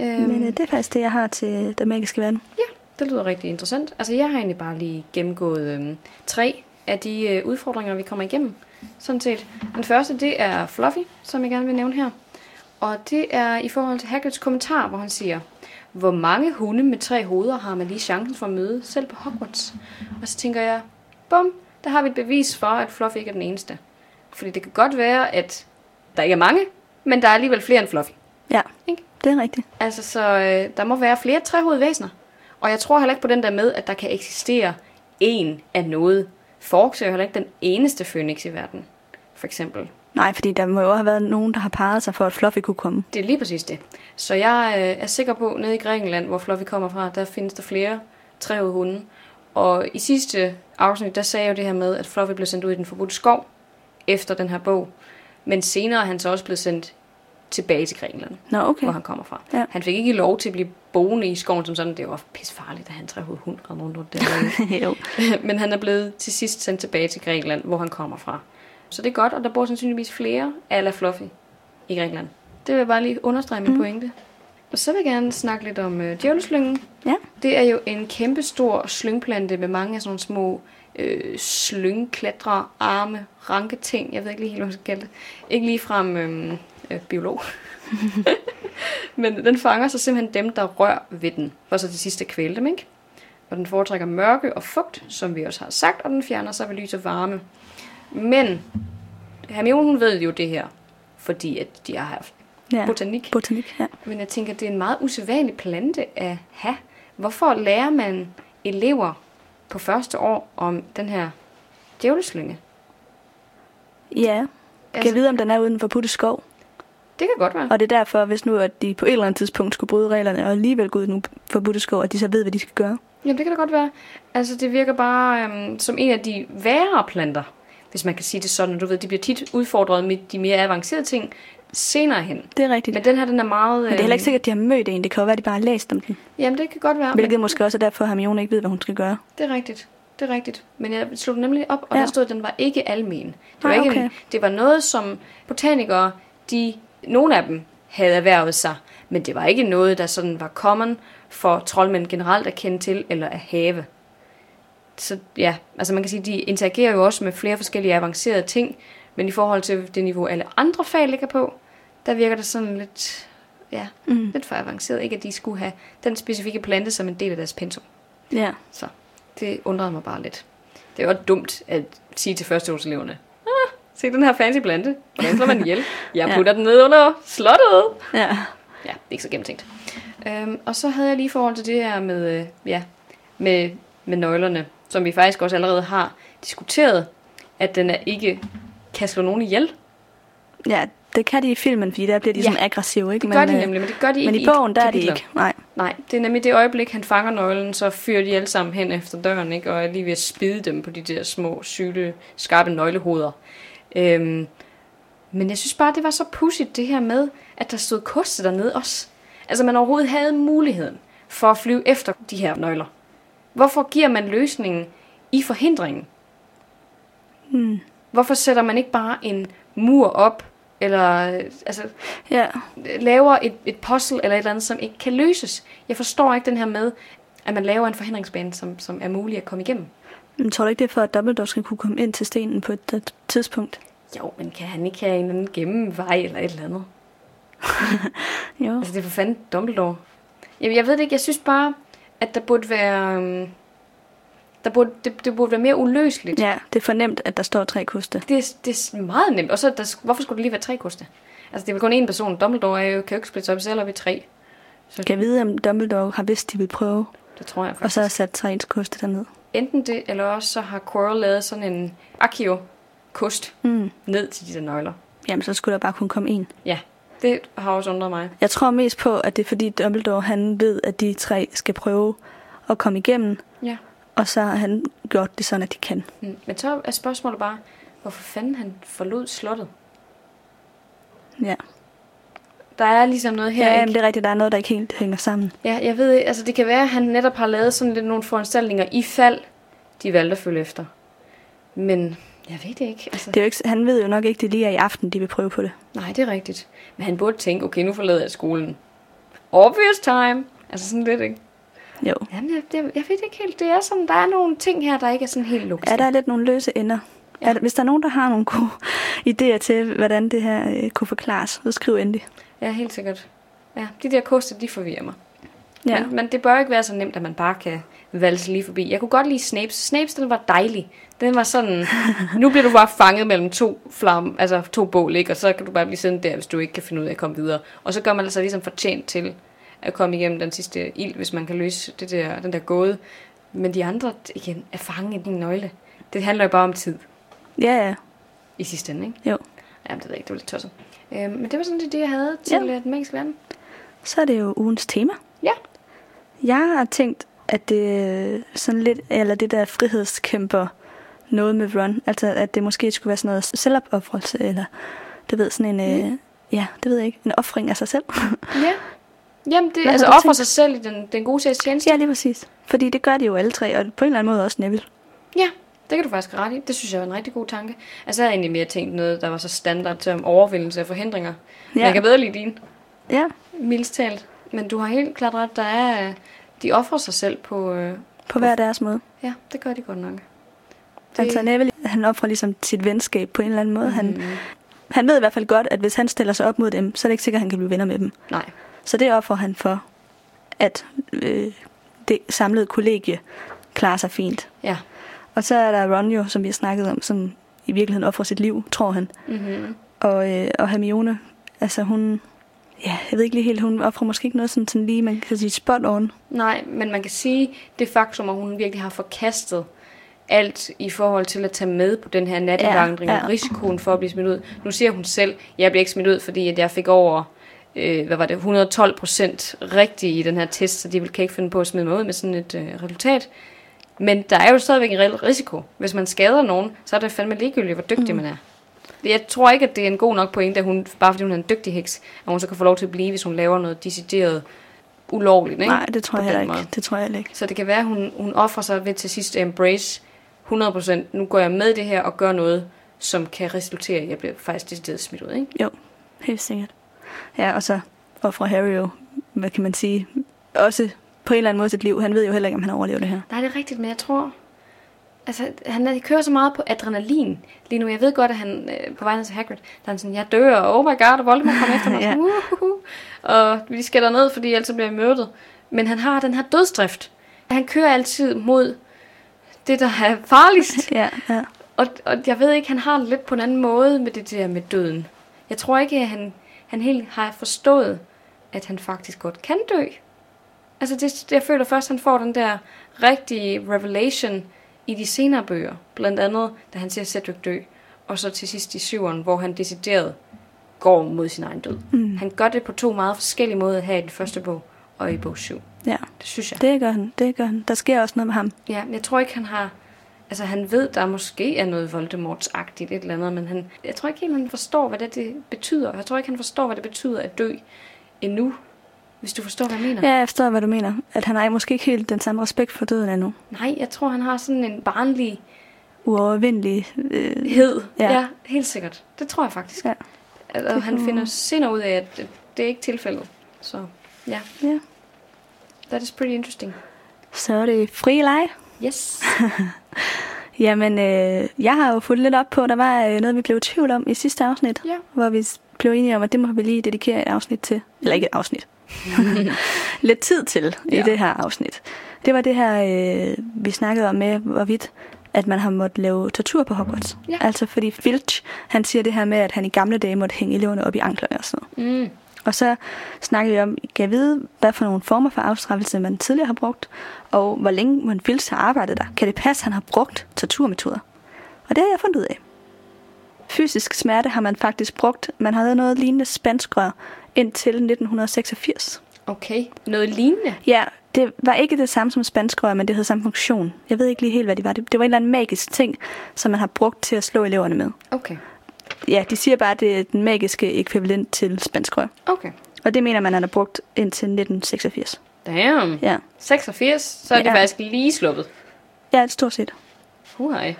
Øhm, Men øh, det er faktisk det, jeg har til den magiske verden. Ja, det lyder rigtig interessant. Altså, jeg har egentlig bare lige gennemgået øhm, tre af de øh, udfordringer, vi kommer igennem, sådan set. Den første, det er Fluffy, som jeg gerne vil nævne her. Og det er i forhold til Hagrids kommentar, hvor han siger, hvor mange hunde med tre hoveder har man lige chancen for at møde, selv på Hogwarts? Og så tænker jeg, bum, der har vi et bevis for, at Fluffy ikke er den eneste. Fordi det kan godt være, at der ikke er mange, men der er alligevel flere end Fluffy. Ja, Ikke? det er rigtigt. Altså, så øh, der må være flere trehovedede væsener. Og jeg tror heller ikke på den der med, at der kan eksistere en af noget. Forks er jo heller ikke den eneste fønix i verden, for eksempel. Nej, fordi der må jo have været nogen, der har parret sig for, at Fluffy kunne komme. Det er lige præcis det. Så jeg øh, er sikker på, at nede i Grækenland, hvor Fluffy kommer fra, der findes der flere trehovedede hunde. Og i sidste afsnit, der sagde jeg jo det her med, at Fluffy blev sendt ud i den forbudte skov efter den her bog. Men senere er han så også blevet sendt tilbage til Grækenland. Nå, okay. hvor han kommer fra. Ja. Ja. Han fik ikke lov til at blive boende i skoven som sådan. Det var pissefarligt, da han træhovedet hund og rundt rundt der. [laughs] jo. Men han er blevet til sidst sendt tilbage til Grækenland, hvor han kommer fra. Så det er godt, og der bor sandsynligvis flere ala Fluffy i Grækenland. Det vil jeg bare lige understrege min mm. pointe. Og så vil jeg gerne snakke lidt om øh, djævleslyngen. Ja. Det er jo en kæmpe stor slyngplante med mange af sådan nogle små øh, slyngklatre, arme, ranke ting. Jeg ved ikke lige helt, hvad man skal kalde det. Ikke ligefrem øh, øh, biolog. Men den fanger så simpelthen dem, der rører ved den, for så til sidst at kvæle dem, ikke? Og den foretrækker mørke og fugt, som vi også har sagt, og den fjerner sig ved lys og varme. Men Hermione hun ved jo det her, fordi at de har haft ja. botanik. Botanik, ja. Men jeg tænker, det er en meget usædvanlig plante at have. Hvorfor lærer man elever på første år om den her djævleslynge? Ja. Kan jeg Altså- vide, om den er uden for putte skov? Det kan godt være. Og det er derfor, hvis nu at de på et eller andet tidspunkt skulle bryde reglerne, og alligevel gå ud nu for buddeskov, at de så ved, hvad de skal gøre. Jamen, det kan da godt være. Altså, det virker bare øhm, som en af de værre planter, hvis man kan sige det sådan. Du ved, de bliver tit udfordret med de mere avancerede ting senere hen. Det er rigtigt. Men, Men den her, den er meget... øhm, men det er heller ikke sikkert, at de har mødt en. Det kan jo være, at de bare har læst om den. Jamen, det kan godt være. Hvilket måske også er derfor, at Hermione ikke ved, hvad hun skal gøre. Det er rigtigt. Det er rigtigt. Men jeg slog den nemlig op, og Ja. ja. der stod, at den var ikke almen. Det var, Nej, ikke en, okay. det var noget, som botanikere, de, nogle af dem, havde erhvervet sig. Men det var ikke noget, der sådan var common for troldmænd generelt at kende til eller at have. Så ja, altså man kan sige, de interagerer jo også med flere forskellige avancerede ting, men i forhold til det niveau, alle andre fag ligger på, der virker det sådan lidt, ja, mm. lidt for avanceret. Ikke at de skulle have den specifikke plante som en del af deres pensum. Ja. Så det undrede mig bare lidt. Det var dumt at sige til førsteårseleverne, ah, se den her fancy plante, hvordan slår man ihjel? Jeg Ja. putter den ned under slottet. Ja. Ja, det er ikke så gennemtænkt. Øhm, og så havde jeg lige i forhold til det her med, øh, ja, med, med nøglerne, som vi faktisk også allerede har diskuteret, at den er ikke kan slå nogen ihjel. Ja, det kan de i filmen, fordi der bliver de Ja. sådan aggressive, ikke? Det gør øh, de nemlig, men det gør de ikke Men i bogen, der er det kapitler. ikke. Nej. Nej, det er nemlig det øjeblik, han fanger nøglen, så fyrer de alle sammen hen efter døren, ikke? og er lige ved at spide dem på de der små, syle, skarpe nøglehoveder. Øhm, men jeg synes bare, det var så pudsigt det her med, at der stod koste dernede også. Altså man overhovedet havde muligheden for at flyve efter de her nøgler. Hvorfor giver man løsningen i Hmm. forhindringen? Hvorfor sætter man ikke bare en mur op, eller øh, altså, Ja. laver et, et puzzle eller et eller andet, som ikke kan løses. Jeg forstår ikke den her med, at man laver en forhindringsbane, som, som er mulig at komme igennem. Men tror du ikke, det er for, at Dumbledore skal kunne komme ind til stenen på et et tidspunkt? Jo, men kan han ikke have en eller anden gennemvej eller et eller andet? Jo. Altså, det er for fanden Dumbledore. Jamen, jeg ved det ikke. Jeg synes bare, at der burde være... øhm, Der burde, det, det burde være mere uløseligt. Ja, det er for nemt, at der står tre koste. Det, er- det er s- meget nemt. Og så, er der, s- hvorfor skulle det lige være tre koste? Altså, det er vel kun én person. Dumbledore er jo, kan jo ikke splitte sig op selv op i tre. Kan jeg vide, om Dumbledore har vidst, de vil prøve, Det tror jeg og faktisk. så har sat tre ens koste derned? Enten det, eller også så har Quirrell lavet sådan en Accio-kost Mm. ned til de der nøgler. Jamen, så skulle der bare kun komme en. Ja, det har også undret mig. Jeg tror mest på, at det er fordi Dumbledore, han ved, at de tre skal prøve at komme igennem, Ja. og så har han gjort det sådan, at de kan. Mm. Men så er spørgsmålet bare, hvorfor fanden han forlod slottet? Ja, Der er ligesom noget her, ja ikke? jamen, det er rigtigt, der er noget, der ikke helt hænger sammen. Ja, jeg ved ikke. Altså, det kan være, at han netop har lavet sådan lidt nogle foranstaltninger i fald, de valgte at følge efter. Men jeg ved det ikke. Altså, Det det... er jo ikke, han ved jo nok ikke, det lige er i aften, de vil prøve på det. Nej, det er rigtigt. Men han burde tænke, okay, nu forlader jeg skolen. Obvious time! Altså sådan lidt, ikke? Jo. Jamen, jeg, jeg, jeg ved det ikke helt. Det er sådan, der er nogle ting her, der ikke er sådan helt logiske. Ja, der er lidt nogle løse ender. Ja. Ja. Er, der- hvis der er nogen, der har nogle gode [laughs] idéer til, hvordan det her øh, kunne forklares, så skriv endelig. Ja, helt sikkert. Ja, de der koster, de forvirrer mig. Ja. Men, men det bør ikke være så nemt, at man bare kan valse lige forbi. Jeg kunne godt lide Snapes. Snapes, den var dejlig. Den var [laughs] sådan, nu bliver du bare fanget mellem to flamme, altså to bål, ikke? og så kan du bare blive siddende der, hvis du ikke kan finde ud af at komme videre. Og så gør man altså ligesom fortjent til at komme igennem den sidste ild, hvis man kan løse det der, den der gåde. Men de andre, igen, er fanget i din nøgle. Det handler jo bare om tid Ja, ja. i sidste ende, ikke? Jo. Jamen, det ved jeg ikke, det var lidt tosset. Øhm, men det var sådan lidt det, jeg havde til Ja. ja. den magiske verden. Så er det jo ugens tema. Ja. Jeg har tænkt, at det øh, sådan lidt, eller det der frihedskæmper noget med Ron, altså at det måske skulle være sådan noget selvopoffrelse, eller det ved sådan en, øh, ja, det ved jeg ikke, en offring af sig selv. Ja. Jamen, det, har altså du ofre tænkt? sig selv i den, den gode sags tjeneste. [laughs] ja, lige præcis. Fordi det gør de jo alle tre, og på en eller anden måde også Neville. ja, det kan du faktisk have ret i. Det synes jeg var en rigtig god tanke. Altså, jeg havde egentlig mere tænkt noget, der var så standard til om overvindelse af forhindringer. Ja. Men Ja. jeg kan bedre lide din, Ja, mildest talt. Men du har helt klart ret, der er... øh, De offrer sig selv på... Øh, på hver deres måde. ja, det gør de godt nok. Det... Altså Neville, han offrer ligesom sit venskab på en eller anden måde. Mm. Mhm. Han, han ved i hvert fald godt, at hvis han stiller sig op mod dem, så er det ikke sikkert, at han kan blive venner med dem. Nej. Så det offrer han for, at øh, det samlede kollegie klarer sig fint. Ja. Og så er der Ron jo, som vi har snakket om, som i virkeligheden offrer sit liv, tror han. Mm-hmm. Og, øh, og Hermione, altså hun... Ja, jeg ved ikke lige helt, hun offrer måske ikke noget sådan, sådan lige, man kan sige spot on. Nej, men man kan sige, det faktum, at hun virkelig har forkastet alt i forhold til at tage med på den her nattevandring ja, Ja, ja. ja. og risikoen for at blive smidt ud. Nu siger hun selv, jeg bliver ikke smidt ud, fordi at jeg fik over øh, hvad var det, 112 procent rigtigt i den her test, så de vil- kan ikke finde på at smide mig ud med sådan et øh, resultat. Men der er jo stadigvæk en reel risiko. Hvis man skader nogen, så er det fandme ligegyldigt, hvor dygtig mm. man er. Jeg tror ikke, at det er en god nok pointe, at hun, bare fordi hun er en dygtig heks, at hun så kan få lov til at blive, hvis hun laver noget decideret ulovligt. Ikke? Nej, det tror På jeg den heller ikke. måde. Det tror jeg heller ikke. Så det kan være, at hun, hun offrer sig ved til sidst at embrace 100%. Nu går jeg med i det her og gør noget, som kan resultere i, at jeg bliver faktisk decideret smidt ud. Ikke? Jo, helt sikkert. Ja, og så offrer Harry jo, hvad kan man sige, også på en eller anden måde sit liv. Han ved jo heller ikke, om han overlever det her. Nej, det er rigtigt, men jeg tror... Altså, han er- kører så meget på adrenalin lige nu. Jeg ved godt, at han øh, på vej ned til Hagrid, der er han sådan, jeg dør, og oh my god, og Voldemort kommer efter mig. [laughs] Ja. ja. Uhuhu. Og vi skal derned, fordi ellers så bliver jeg myrdet. Men han har den her dødsdrift. Han kører altid mod det, der er farligst. Ja, ja. Og, og jeg ved ikke, han har det lidt på en anden måde med det der med døden. Jeg tror ikke, at han, han helt har forstået, at han faktisk godt kan dø. Altså, det, jeg føler først, han får den der rigtige revelation i de senere bøger. Blandt andet, da han ser Cedric dø. Og så til sidst i syveren, hvor han decideret går mod sin egen død. Mm. Han gør det på to meget forskellige måder her i den første bog og i bog syv. ja. Det synes jeg. Det gør han, det gør han. Der sker også noget med ham. Ja, men jeg tror ikke, han har... Altså, han ved, der måske er noget Voldemorts-agtigt et eller andet, men han, jeg tror ikke helt, han forstår, hvad det, det betyder. Jeg tror ikke, han forstår, hvad det betyder at dø endnu, hvis du forstår, hvad jeg mener. Ja, jeg forstår, hvad du mener. At han har måske ikke helt den samme respekt for døden endnu. Nej, jeg tror, han har sådan en barnlig Uovervindelig. Øh, hed. Ja. ja, helt sikkert. Det tror jeg faktisk. Ja. At, og han finder sinder ud af, at øh, det er ikke tilfældet. Så ja, Ja. that is pretty interesting. Så er det fri leg. Yes. Jamen, øh, jeg har jo fulgt lidt op på, der var øh, noget, vi blev i tvivl om i sidste afsnit, Ja. hvor vi s- blev enige om, at det må vi lige dedikere et afsnit til. Eller ikke et [laughs] afsnit. [laughs] lidt tid til ja. i Ja. det her afsnit. Det var det her, øh, vi snakkede om med, hvorvidt at man har måttet lave tortur på Hogwarts. Ja. Altså fordi Filch, han siger det her med, at han i gamle dage måtte hænge eleverne op i anklerne og sådan noget. Mm. Og så snakkede vi om, kan jeg vide, hvad for nogle former for afstraffelse, man tidligere har brugt, og hvor længe man Fils har arbejdet der. Kan det passe, at han har brugt torturmetoder? Og det har jeg fundet ud af. Fysisk smerte har man faktisk brugt. Man havde noget lignende spanskrør indtil 1986. Okay. Noget lignende. Ja, det var ikke det samme som spanskrør, men det havde samme funktion. Jeg ved ikke lige helt, hvad det var. Det, det var en eller anden magisk ting, som man har brugt til at slå eleverne med. Okay. Ja, de siger bare, at det er den magiske ekvivalent til spanskrør. Okay. Og det mener man, han har brugt indtil 1986. Damn. Ja, 86, så er det Ja. faktisk lige sluppet. ja stort set. Huhej.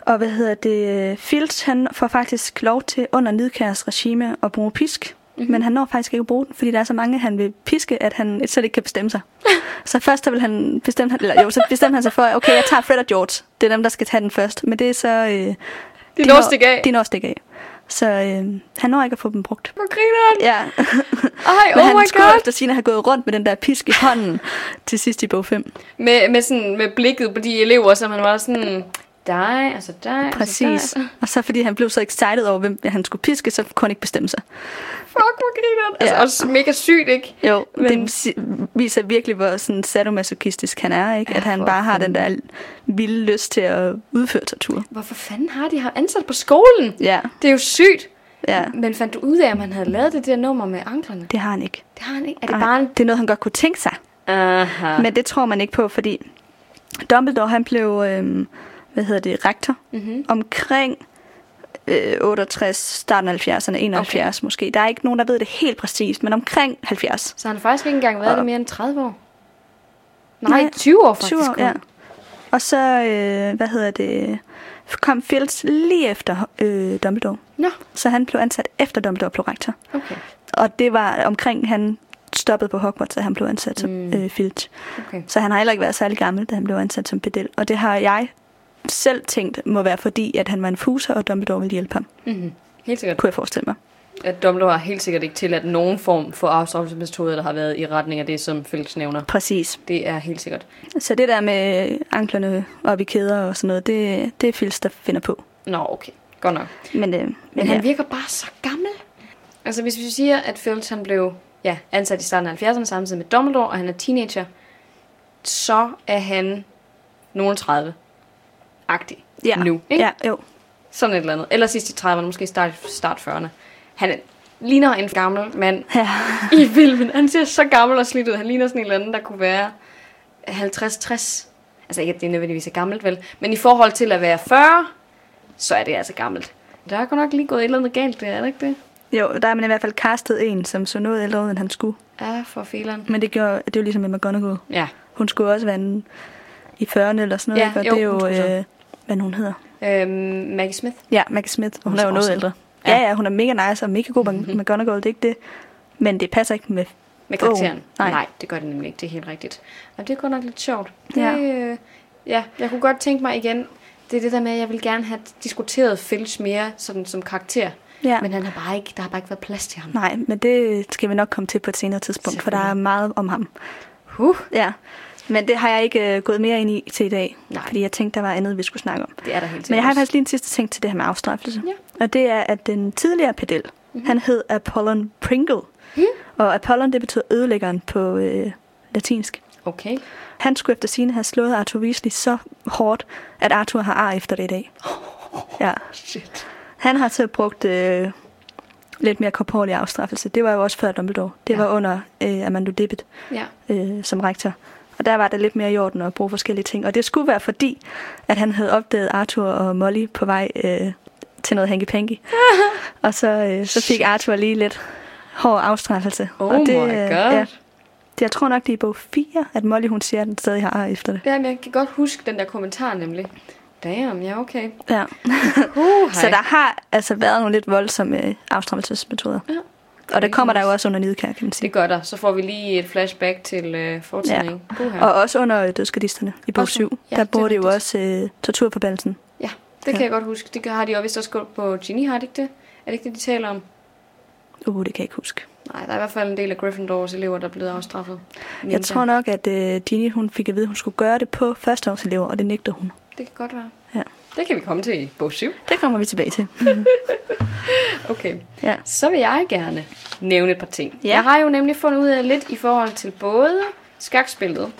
Og hvad hedder det? Fields, han får faktisk lov til under Nidkærs regime at bruge pisk. Mhm. Mm-hmm. Men han når faktisk ikke at bruge den, fordi der er så mange, han vil piske, at han slet ikke kan bestemme sig. så først der vil han bestemme, eller jo, så bestemmer han sig for, okay, jeg tager Fred og George. Det er dem, der skal tage den først. Men det er så... Øh, de, De når- når stik af. De når at stikke af. Så øh, han når ikke at få dem brugt. Hvor grineren. [laughs] Ja, Ej, men oh han my skulle god. efter sine have gået rundt med den der pisk i hånden til sidst i bog 5. Med, med, sådan, med blikket på de elever, som han var sådan, dig, altså dig, Præcis. Altså dig. Og så fordi han blev så excited over, hvem han skulle piske, så kunne han ikke bestemme sig. Fuck, hvor grineren. Altså, Ja. ja. også mega sygt, ikke? Jo, men... Men- det si- viser virkelig, hvor sådan sadomasochistisk han er, ikke? Ja, At han for bare har den der vilde lyst til at udføre tortur. Hvorfor fanden har de ham ansat på skolen? Ja, Det er jo sygt. ja. Men fandt du ud af, om han havde lavet det der nummer med anklerne? Det har han ikke. Det har han ikke. Er det Ej, bare en... det er noget, han godt kunne tænke sig. Aha. Men det tror man ikke på, fordi Dumbledore, han blev, øhm, hvad hedder det, rektor Mhm. mm-hmm. omkring øh, 68, starten af 70'erne, 71 okay. måske. Der er ikke nogen, der ved det helt præcist, men omkring 70. Så han har faktisk ikke engang været Og- det mere end 30 år? Nej, Nej, 20 år faktisk. 20 år, ja. Og så, øh, hvad hedder det, kom Fields lige efter øh, Dumbledore. Nå, Så han blev ansat efter Dumbledore blev rektor. okay. Og det var omkring, han stoppede på Hogwarts, at han blev ansat som mm. øh, Filch. okay. Så han har heller ikke været særlig gammel, da han blev ansat som pedel. Og det har jeg selv tænkt må være fordi, at han var en fuser, og Dumbledore ville hjælpe ham. Mm-hmm. Helt sikkert. Kunne jeg forestille mig. At Dumbledore har helt sikkert ikke tilladt nogen form for afstraffelsesmetode, der har været i retning af det, som Felix nævner. Præcis. Det er helt sikkert. Så det der med anklerne op i kæder og sådan noget, det, det er Fils, der finder på. Nå, okay. Godt nok. Men, øh, men, Men ja. han virker bare så gammel. Altså, hvis vi siger, at Felix han blev ja, ansat i starten af 70'erne samtidig med Dumbledore, og han er teenager, så er han nogen 30-agtig ja. nu. Ikke? Ja, jo. Sådan et eller andet. Eller sidst i 30'erne, måske start, start 40'erne. Han er- ligner en gammel mand Ja. i filmen. Han ser så gammel og slidt ud. Han ligner sådan en eller anden, der kunne være 50-60. Altså ikke, at det nødvendigvis er gammelt, vel? Men i forhold til at være 40, så er det altså gammelt. Der er godt nok lige gået et eller andet galt der, er det ikke det? Jo, der er man i hvert fald castet en, som så noget ældre ud, end han skulle. Ja, for fileren. Men det, gjorde, det er jo ligesom med McGonagall. Ja. Hun skulle også være en, i 40'erne eller sådan noget. Ja, ikke? og jo, det er hun jo, skulle så. øh, hvad hun hedder. Øhm, Maggie Smith. Ja, Maggie Smith. Hun, hun Hun er er jo noget awesome. ældre. Ja. Ja. Mhm. ja, ja, hun er mega nice og mega god med McGonagall, det er ikke det. Men det passer ikke med Med bogen. karakteren. Oh, nej. Nej. nej, det gør det nemlig ikke. Det er helt rigtigt. Og det er godt nok lidt sjovt. Det, Ja. ja. Øh, ja, jeg kunne godt tænke mig igen, det er det der med, at jeg vil gerne have diskuteret Filch mere sådan, som karakter. Ja. Men han har bare ikke, der har bare ikke været plads til ham. Nej, men det skal vi nok komme til på et senere tidspunkt, for der er meget om ham. Huh, Ja, men det har jeg ikke øh, gået mere ind i til i dag, Nej. fordi jeg tænkte, der var andet, vi skulle snakke om. det er der helt sikkert. Men jeg har også. faktisk lige en sidste ting til det her med afstraffelse. Ja. Mhm. Og det er, at den tidligere pedel, mm-hmm. han hed Apollon Pringle. Mm. Og Apollon, det betyder ødelæggeren på øh, latinsk. Okay. Han skulle efter sine have slået Arthur Weasley så hårdt, at Arthur har ar efter det i dag. Ja. Shit. Han har så brugt øh, lidt mere korporlig afstraffelse. Det var jo også før Dumbledore. Det ja. Ja. var under øh, Armando Dibbet Ja. øh, som rektor. Og der var det lidt mere i orden at bruge forskellige ting. Og det skulle være fordi, at han havde opdaget Arthur og Molly på vej øh, til noget [laughs] hanky-panky. og så, øh, så fik Arthur lige lidt hård afstraffelse. Oh og det, my øh, god. Ja. det, jeg tror nok, det er i bog 4, at Molly hun siger, at den stadig har ar efter det. Jamen, jeg kan godt huske den der kommentar nemlig. Damn, ja, [laughs] okay. Ja. Uh, Så der har altså været nogle lidt voldsomme afstrammelsesmetoder. Ja. Og det kommer der jo også under nidkær, kan man sige. Det gør der. Så får vi lige et flashback til øh, fortiden. Ja. ikke? Puha. Og også under øh, dødskadisterne i bog Også- 7, ja, der det er bruger det jo rigtigt. også øh, torturforbandelsen. Ja, det kan Ja. jeg godt huske. Det har de jo vist også gået på Ginny, har de ikke det? Er det ikke det, de taler om? Uh, det kan jeg ikke huske. Nej, der er i hvert fald en del af Gryffindors elever, der er blevet afstraffet. Men Jeg tror nok, at øh, Dini hun fik at vide, at hun skulle gøre det på førsteårselever, og det nægter hun. Det kan godt være. Ja. Det kan vi komme til i bog 7. Det kommer vi tilbage [laughs] til. Okay. Ja. Så vil jeg gerne nævne et par ting. Ja. Jeg har jo nemlig fundet ud af lidt i forhold til både skakspillet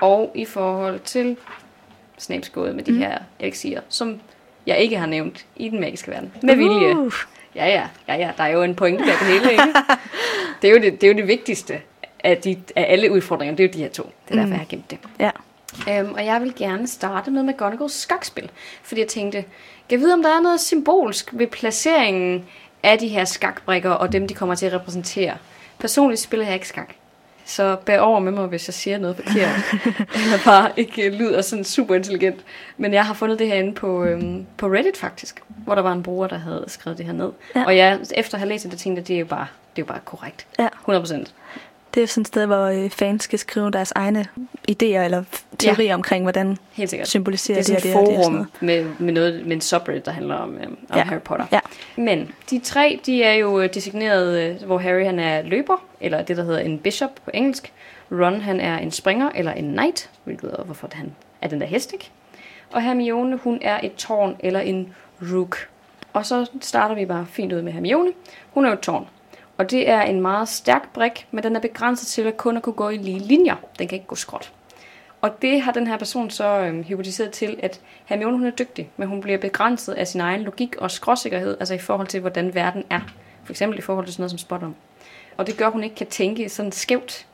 og i forhold til Snapes gåde med de mm. her elixier, som jeg ikke har nævnt i den magiske verden. Med vilje. Uh. Ja, ja, ja, ja. Der er jo en pointe bag det hele, [laughs] ikke? det, er jo det, det er jo det vigtigste af, de, af alle udfordringer. Det er jo de her to. Det er Mm. derfor, jeg har gemt det. Ja. Øhm, og jeg vil gerne starte med McGonagalls skakspil, fordi jeg tænkte, kan jeg vide, om der er noget symbolsk ved placeringen af de her skakbrikker og dem, de kommer til at repræsentere. Personligt spiller jeg ikke skak, så bær over med mig, hvis jeg siger noget forkert, eller bare ikke øh, lyder sådan super intelligent. Men jeg har fundet det herinde på, øhm, på Reddit faktisk, hvor der var en bruger, der havde skrevet det her ned. Ja. Ja. Og jeg, efter at have læst det, der tænkte jeg, det er jo bare, det er jo bare korrekt. Ja. 100%. Det er sådan et sted, hvor øh, fans skal skrive deres egne idéer eller f- teorier ja. omkring, hvordan Helt sikkert. symboliserer det er det sådan og et det og det og sådan forum noget. med, med, noget, med en subreddit, der handler om, øh, om Ja. ja. Harry Potter. Ja. Men de tre, de er jo øh, designeret, øh, hvor Harry han er løber, eller det, der hedder en bishop på engelsk. Ron han er en springer, eller en knight, hvilket er, hvorfor han er den der hest, ikke? Og Hermione, hun er et tårn, eller en rook. Og så starter vi bare fint ud med Hermione. Hun er jo et tårn. Og det er en meget stærk brik, men den er begrænset til at kun at kunne gå i lige linjer. Den kan ikke gå skråt. Og det har den her person så øhm, hypotiseret til, at Hermione hun er dygtig, men hun bliver begrænset af sin egen logik og skråsikkerhed, altså i forhold til, hvordan verden er. For eksempel i forhold til sådan noget som spot om. Og det gør, at hun ikke kan tænke sådan skævt.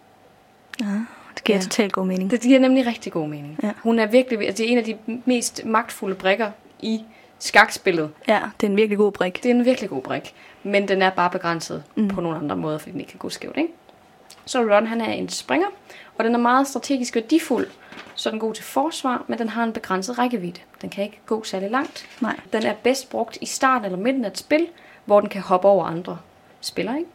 Det giver Ja. totalt god mening. Det giver nemlig rigtig god mening. Ja. Hun er virkelig, altså det er en af de mest magtfulde brikker i skakspillet. Ja, det er en virkelig god brik. Det er en virkelig god brik, men den er bare begrænset mm. på nogle andre måder, fordi den ikke kan gå skævt, ikke? Så Ron, han er en springer, og den er meget strategisk værdifuld, så den er god til forsvar, men den har en begrænset rækkevidde. Den kan ikke gå særlig langt. Nej. Den er bedst brugt i starten eller midten af et spil, hvor den kan hoppe over andre spillere, ikke?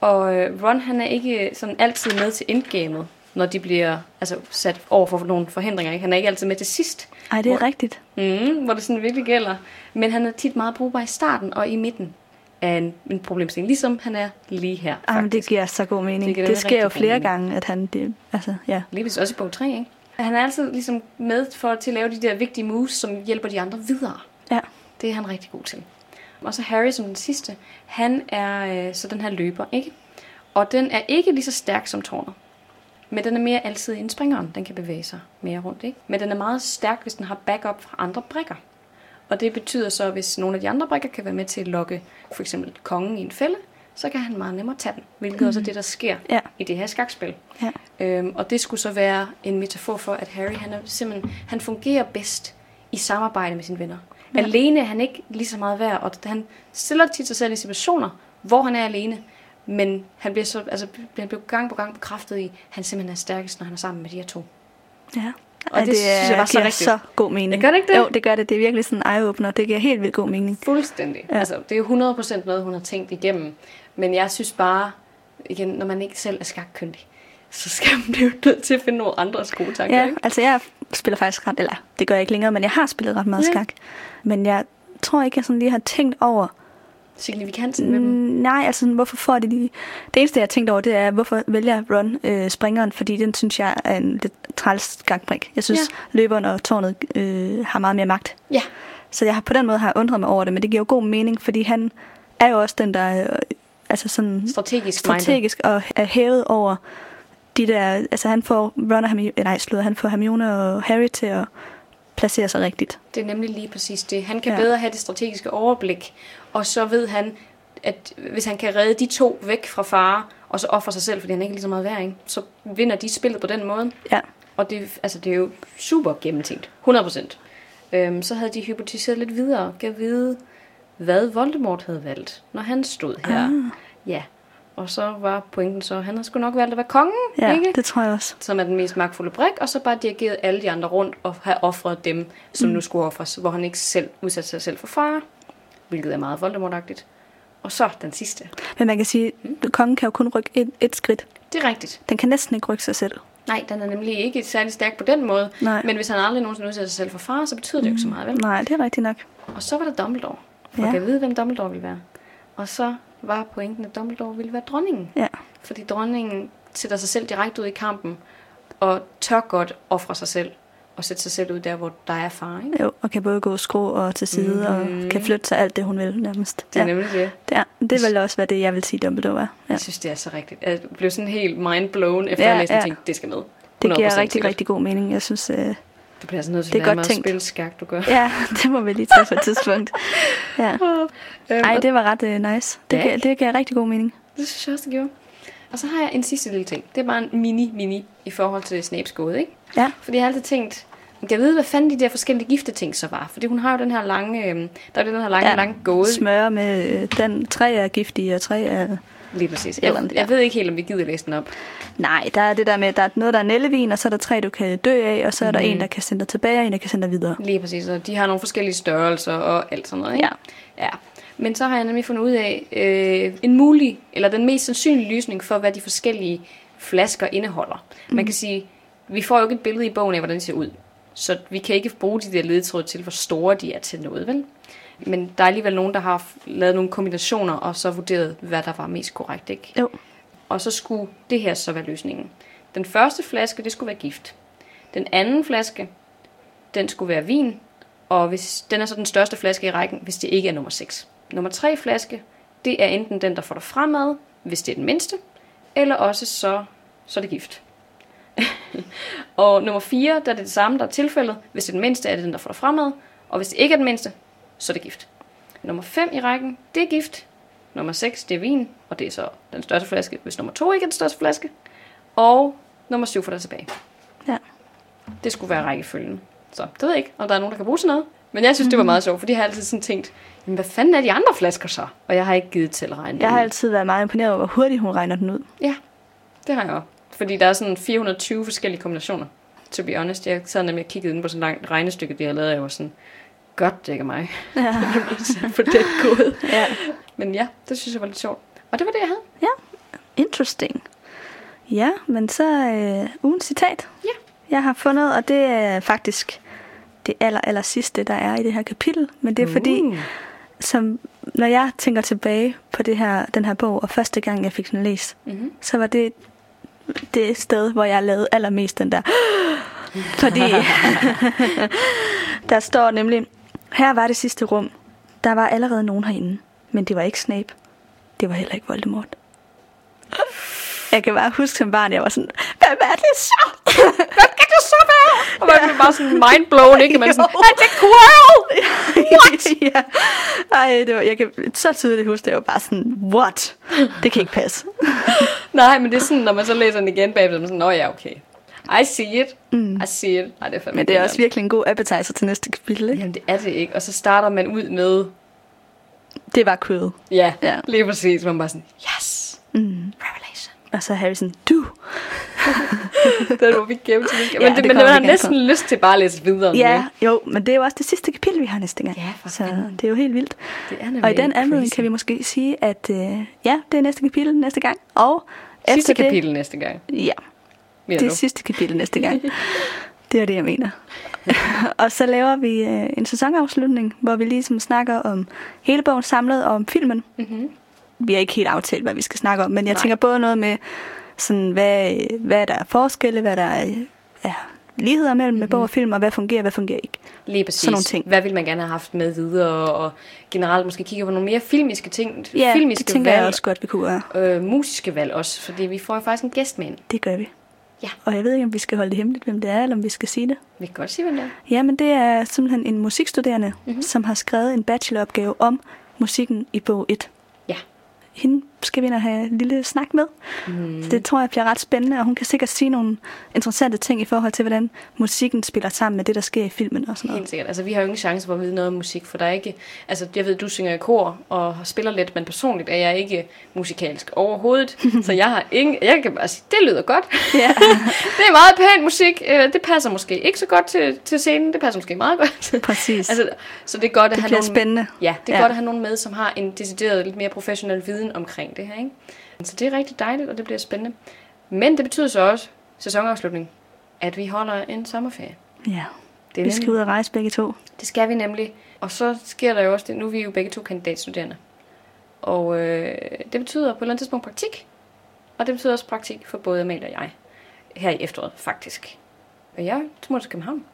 Og øh, Ron, han er ikke sådan altid med til endgamet, når de bliver altså, sat over for nogle forhindringer. Ikke? Han er ikke altid med til sidst. Ej, det er Hvor- rigtigt. Mm, hvor det sådan virkelig gælder. Men han er tit meget brugbar i starten og i midten af en, en problemstilling. Ligesom han er lige her, Ej, Ah, men faktisk. det giver så god mening. Det giver Det, det nemlig sker jo rigtig god flere mening. gange, at han... Det, altså, ja. Lige hvis også i bog 3, ikke? Han er altid ligesom med for til at lave de der vigtige moves, som hjælper de andre videre. Ja. Det er han rigtig god til. Og så Harry som den sidste, han er øh, så den her løber, ikke? Og den er ikke lige så stærk som tårnet. Men den er mere altid en springeren. Den kan bevæge sig mere rundt, ikke? Men den er meget stærk, hvis den har backup fra andre brikker. Og det betyder så, at hvis nogle af de andre brikker kan være med til at lokke for eksempel kongen i en fælde, så kan han meget nemmere tage den, hvilket mm. også er det, der sker Ja. i det her skakspil. Ja. Øhm, og det skulle så være en metafor for, at Harry han er simpelthen, han fungerer bedst i samarbejde med sine venner. Ja. Alene er han ikke lige så meget værd, og han stiller tit sig selv i situationer, hvor han er alene, men han bliver, så, altså, han bliver gang på gang bekræftet i, at han simpelthen er stærkest, når han er sammen med de her to. ja. Og Ej, det synes jeg var så giver rigtigt. så god mening. Gør det ikke det? Jo, det gør det. Det er virkelig sådan en eye-opener. Det giver helt vildt god mening. Fuldstændig. Ja. Altså, det er jo 100% noget, hun har tænkt igennem. Men jeg synes bare, igen, når man ikke selv er skakkyndig, så skal man blive nødt til at finde nogle andres gode tanker. Ja, ikke? altså jeg spiller faktisk ret, eller det gør jeg ikke længere, men jeg har spillet ret meget Ja. skak. Men jeg tror ikke, jeg sådan lige har tænkt over, Signifikansen med mm, dem. nej, altså sådan, hvorfor får det lige... Det eneste, jeg har tænkt over, det er, hvorfor vælger Ron øh, springeren, fordi den synes jeg er en lidt træls skakbrik. Jeg synes, ja. løberen og tårnet øh, har meget mere magt. Ja, Så jeg har på den måde har jeg undret mig over det, men det giver jo god mening, fordi han er jo også den, der er, øh, altså sådan strategisk, minded. strategisk og er hævet over de der, altså han får Ron og Hermione, nej, slået, han får Hermione og Harry til at placere sig rigtigt. Det er nemlig lige præcis det. Han kan Ja. ja. bedre have det strategiske overblik, og så ved han, at hvis han kan redde de to væk fra fare, og så ofre sig selv, fordi han ikke er lige så meget værd, ikke? så vinder de spillet på den måde. Ja, Og det, altså, det er jo super gennemtænkt. 100%. Øhm, så havde de hypotiseret lidt videre. Gav vide, hvad Voldemort havde valgt, når han stod her. Ah. Ja. Og så var pointen så, at han har sgu nok valgt at være kongen, Ja, ikke? det tror jeg også. som er den mest magtfulde brik, og så bare dirigeret alle de andre rundt og have offret dem, som mm. nu skulle offres, hvor han ikke selv udsatte sig selv for fare, hvilket er meget voldemortagtigt. Og så den sidste. Men man kan sige, Mm. at kongen kan jo kun rykke et, et skridt. Det er rigtigt. Den kan næsten ikke rykke sig selv. Nej, den er nemlig ikke særlig stærk på den måde, Nej. men hvis han aldrig nogensinde udsætter sig selv for fare, så betyder det jo ikke så meget, vel? Nej, det er rigtigt nok. Og så var der Dumbledore. For Ja. ja. kan vide, hvem Dumbledore ville være. Og så var pointen, at Dumbledore ville være dronningen. Ja. Fordi dronningen sætter sig selv direkte ud i kampen, og tør godt ofre sig selv, og sætte sig selv ud der, hvor der er far, ikke? Jo, og kan både gå skrå og til side, mm-hmm. og kan flytte sig alt det, hun vil nærmest. Det er ja. nemlig det. det, er, det vil også være det, jeg vil sige, Dumbledore er. Ja. Jeg synes, det er så rigtigt. Jeg blev sådan helt mind blown, efter Ja, ja, jeg læste ja. ja. tænkte, det skal med. Det 100% giver rigtig, sikkert. rigtig god mening. Jeg synes, øh, Du bliver sådan nødt til Det at er lære godt mig at tænkt. spille skak, du gør. ja, [laughs] det må vi lige tage på et tidspunkt. Ja. Øhm, Ej, og det var ret øh, nice. Det, Ja, gav, ikke? det gav rigtig god mening. Det synes jeg også, det gjorde. Og så har jeg en sidste lille ting. Det er bare en mini-mini i forhold til Snapes gåde, ikke? Ja. Fordi jeg har altid tænkt, kan jeg vide, hvad fanden de der forskellige gifte ting så var? Fordi hun har jo den her lange, øhm, der er jo den her lange, ja. lange gåde. Smøre med øh, den. Tre er giftige, og tre er... Lige præcis. Eller- Jeg, jeg ved ikke helt, om vi gider læse den op. Nej, der er det der med, at der er noget, der er nællevin, og så er der tre, du kan dø af, og så er der en, der kan sende dig tilbage, og en, der kan sende dig videre. Lige præcis, og de har nogle forskellige størrelser og alt sådan noget, ikke? Ja. ja. Men så har jeg nemlig fundet ud af øh, en mulig, eller den mest sandsynlige løsning for, hvad de forskellige flasker indeholder. Mm. Man kan sige, vi får jo ikke et billede i bogen af, hvordan de ser ud. Så vi kan ikke bruge de der ledetråde til, hvor store de er til noget, vel? Men der er alligevel nogen, der har f- lavet nogle kombinationer, og så vurderet, hvad der var mest korrekt, ikke? Jo. Og så skulle det her så være løsningen. Den første flaske, det skulle være gift. Den anden flaske, den skulle være vin. Og hvis, den er så den største flaske i rækken, hvis det ikke er nummer 6. Nummer 3 flaske, det er enten den, der får dig fremad, hvis det er den mindste. Eller også så, så er det gift. og nummer 4, der er det det samme, der er tilfældet. Hvis det er den mindste, er det den, der får dig fremad. Og hvis det ikke er den mindste, så er det gift. Nummer 5 i rækken, det er gift. Nummer 6, det er vin, og det er så den største flaske, hvis nummer 2 ikke er den største flaske. Og nummer 7 får dig tilbage. Ja. Det skulle være rækkefølgen. Så det ved jeg ikke, om der er nogen, der kan bruge til noget. Men jeg Mm-hmm. synes, det var meget sjovt, fordi jeg har altid sådan tænkt, men hvad fanden er de andre flasker så? Og jeg har ikke givet til at regne Jeg det har ud. altid været meget imponeret over, hvor hurtigt hun regner den ud. Ja, det har jeg også. Fordi der er sådan 420 forskellige kombinationer. To be honest, jeg sad nemlig og kiggede inde på sådan et langt regnestykke, de har lavet, og jeg var sådan, godt, det ikke er mig. Ja. [laughs] Jeg blev sat på den kode. ja. Men ja, det synes jeg var lidt sjovt. Og det var det, [laughs] jeg havde. Interesting. Ja, men så øh, ugens citat. Ja. Jeg har fundet, og det er faktisk det aller, aller sidste, der er i det her kapitel. Men det er fordi, som, når jeg tænker tilbage på det her, den her bog, og første gang, jeg fik den læst, mm-hmm. så var det det sted, hvor jeg lavede allermest den der. [gasps] Fordi [laughs] der står nemlig, her var det sidste rum. Der var allerede nogen herinde, men det var ikke Snape. Det var heller ikke Voldemort. Jeg kan bare huske som barn, jeg var sådan, hvad er det så? [laughs] Hvad kan det så være? Og man blev bare sådan mindblown, ikke? [laughs] Man er sådan, er det Quirrell? What? [laughs] ja. Ej, det var, jeg kan så tydeligt huske, det var bare sådan, what? Det kan ikke [laughs] passe. nej, men det er sådan, når man så læser den igen bagved, så er man sådan, nå ja, okay. I see it. Mm. I see it. Ej, det er fandme Men det er også grineren. virkelig en god appetizer til næste kapitel, ikke? Jamen, det er det ikke. Og så starter man ud med, Det var kød. ja, Ja. ja. lige præcis. Man er bare sådan, yes, mm. revelation. Og så Harrison, du. Den må vi gemme til næste gang. Ja, Men, ja, det det, men kommer man har vi igen næsten lyst til bare at læse videre. nu, Ja, ikke? jo, men det er jo også det sidste kapitel, vi har næste gang. Ja, for så fanden. det er jo helt vildt. Det er nemlig Og i den anledning crazy. kan vi måske sige, at øh, ja, det er næste kapitel næste gang. Og Sidste efter kapitel næste gang. Det, ja, Mere det nu. er sidste kapitel [laughs] næste gang. det er det, jeg mener. og så laver vi øh, en sæsonafslutning, hvor vi ligesom snakker om hele bogen samlet og om filmen. Mm-hmm. Vi har ikke helt aftalt, hvad vi skal snakke om, men jeg Nej. Mhm. Nej. tænker både noget med, sådan, hvad, øh, hvad der er forskelle, hvad der er, er ligheder mellem Mhm. mm-hmm. bog og film, og hvad fungerer, hvad fungerer ikke. Lige præcis. Sådan nogle ting. Hvad ville man gerne have haft med videre, og generelt måske kigge på nogle mere filmiske ting. Ja, filmiske det tænker valg, jeg også godt, vi kunne gøre. Øh, musiske valg også, fordi vi får jo faktisk en gæst med ind. Det gør vi. Ja. Og jeg ved ikke, om vi skal holde det hemmeligt, hvem det er, eller om vi skal sige det. Vi kan godt sige, hvem det er. Jamen, det er simpelthen en Mhm. musikstuderende, mm-hmm. som har skrevet en bacheloropgave om musikken i bog 1. Ja, Hende skal vi ind og have en lille snak med. Mhm. Mm. Så det tror jeg bliver ret spændende, og hun kan sikkert sige nogle interessante ting i forhold til, hvordan musikken spiller sammen med det, der sker i filmen og sådan noget. Helt sikkert. Altså, vi har jo ingen chance for at vide noget om musik, for der er ikke... Altså, jeg ved, du synger i kor og spiller lidt, men personligt er jeg ikke musikalsk [laughs] overhovedet. så jeg har ingen... Jeg kan bare sige, det lyder godt. Ja. [laughs] det er meget pæn musik. Øh, Det passer måske ikke så godt til, til scenen. Det passer måske meget godt. [laughs] Præcis. altså, så det er godt at Det have bliver nogle... spændende. Ja, det er ja. Ja. godt at have nogen med, som har en decideret lidt mere professionel viden omkring det her. Ikke? Så det er rigtig dejligt, og det bliver spændende. Men det betyder så også, sæsonafslutning, at vi holder en sommerferie. Ja. Det, er Vi skal nemlig, ud og rejse begge to. det skal vi nemlig. Og så sker der jo også det, nu er vi jo begge to kandidatstuderende. Og øh, det betyder på et eller andet tidspunkt praktik. Og det betyder også praktik for både Amalie og jeg. Her i efteråret, faktisk. Og jeg smutter til København.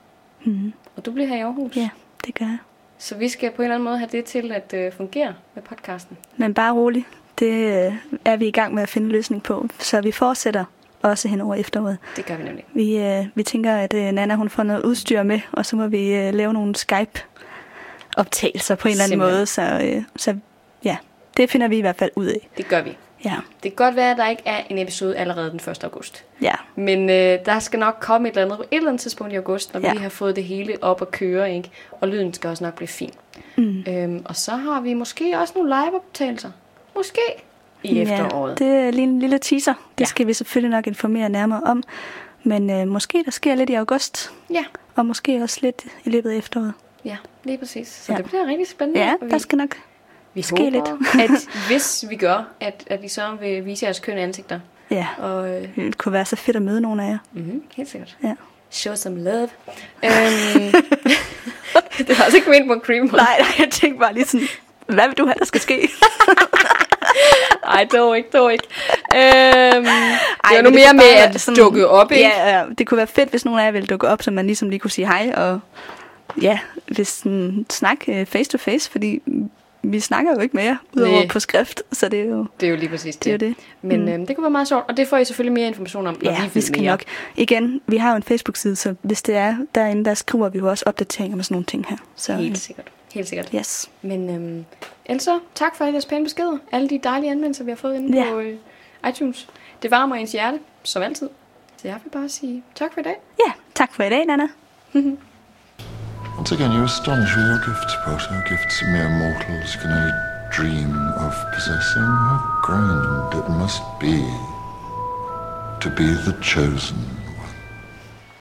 Mhm. Og du bliver her i Aarhus. Ja, det gør jeg. Så vi skal på en eller anden måde have det til at øh, fungere med podcasten. Men bare rolig. Det øh, er vi i gang med at finde en løsning på. Så vi fortsætter også hen over efteråret. Det gør vi nemlig. Vi, øh, vi tænker, at øh, Nana hun får noget udstyr med, og så må vi øh, lave nogle Skype-optagelser på en eller anden Simpelthen. måde. Så, øh, så ja, det finder vi i hvert fald ud af. Det gør vi. Ja, Det kan godt være, at der ikke er en episode allerede den 1. august. ja. Men øh, der skal nok komme et eller andet på et eller andet tidspunkt i august, når ja. Ja. vi lige har fået det hele op at køre, ikke? Og lyden skal også nok blive fin. Mm. Øhm, og så har vi måske også nogle liveoptagelser. Måske i efteråret. Ja, det er lige en lille teaser. Det Ja. ja. skal vi selvfølgelig nok informere nærmere om. Men øh, måske der sker lidt i august, Ja, og måske også lidt i løbet af efteråret. ja, lige præcis. Så Ja. ja. det bliver rigtig spændende. Ja, og vi, der skal nok vi ske håber, lidt. at hvis vi gør, at, at I så vil vise jeres kønne ansigter. [laughs] Ja, Og øh, det kunne være så fedt at møde nogle af jer. mm-hmm, helt sikkert. Ja. Show some love. øhm, [laughs] det var altså ikke ment på en cream Nej, nej, jeg tænkte bare lige sådan, hvad vil du have, der skal ske? Ej, dog ikke, dog ikke. Øhm, Ej, det var men nu mere kunne med bare at være sådan, dukke op, ikke? Yeah. Ja, ja, det kunne være fedt, hvis nogen af jer ville dukke op, så man ligesom lige kunne sige hej, og ja, hvis sådan, snak øh, face to face, fordi vi snakker jo ikke mere, udover Næ. på skrift, så det er jo Det er jo lige præcis det. det. Er jo det. Men øhm, det kunne være meget sjovt, og det får I selvfølgelig mere information om, når Ja, vi, vi ved skal mere. nok. Igen, vi har jo en Facebook-side, så hvis det er derinde, der skriver vi jo også opdateringer med sådan nogle ting her. Så, Helt sikkert. Helt sikkert. øh, Yes. Men øhm, ellers så, tak for alle jeres pæne beskeder. Alle de dejlige anmeldelser, vi har fået inde Ja. på øh, iTunes. Det varmer ens hjerte, som altid. Så jeg vil bare sige tak for i dag. Ja, tak for i dag, Nana. Once again, you astonish with your gifts, Potter. Gifts mere mortals can only dream of possessing. How grand it must be to be the chosen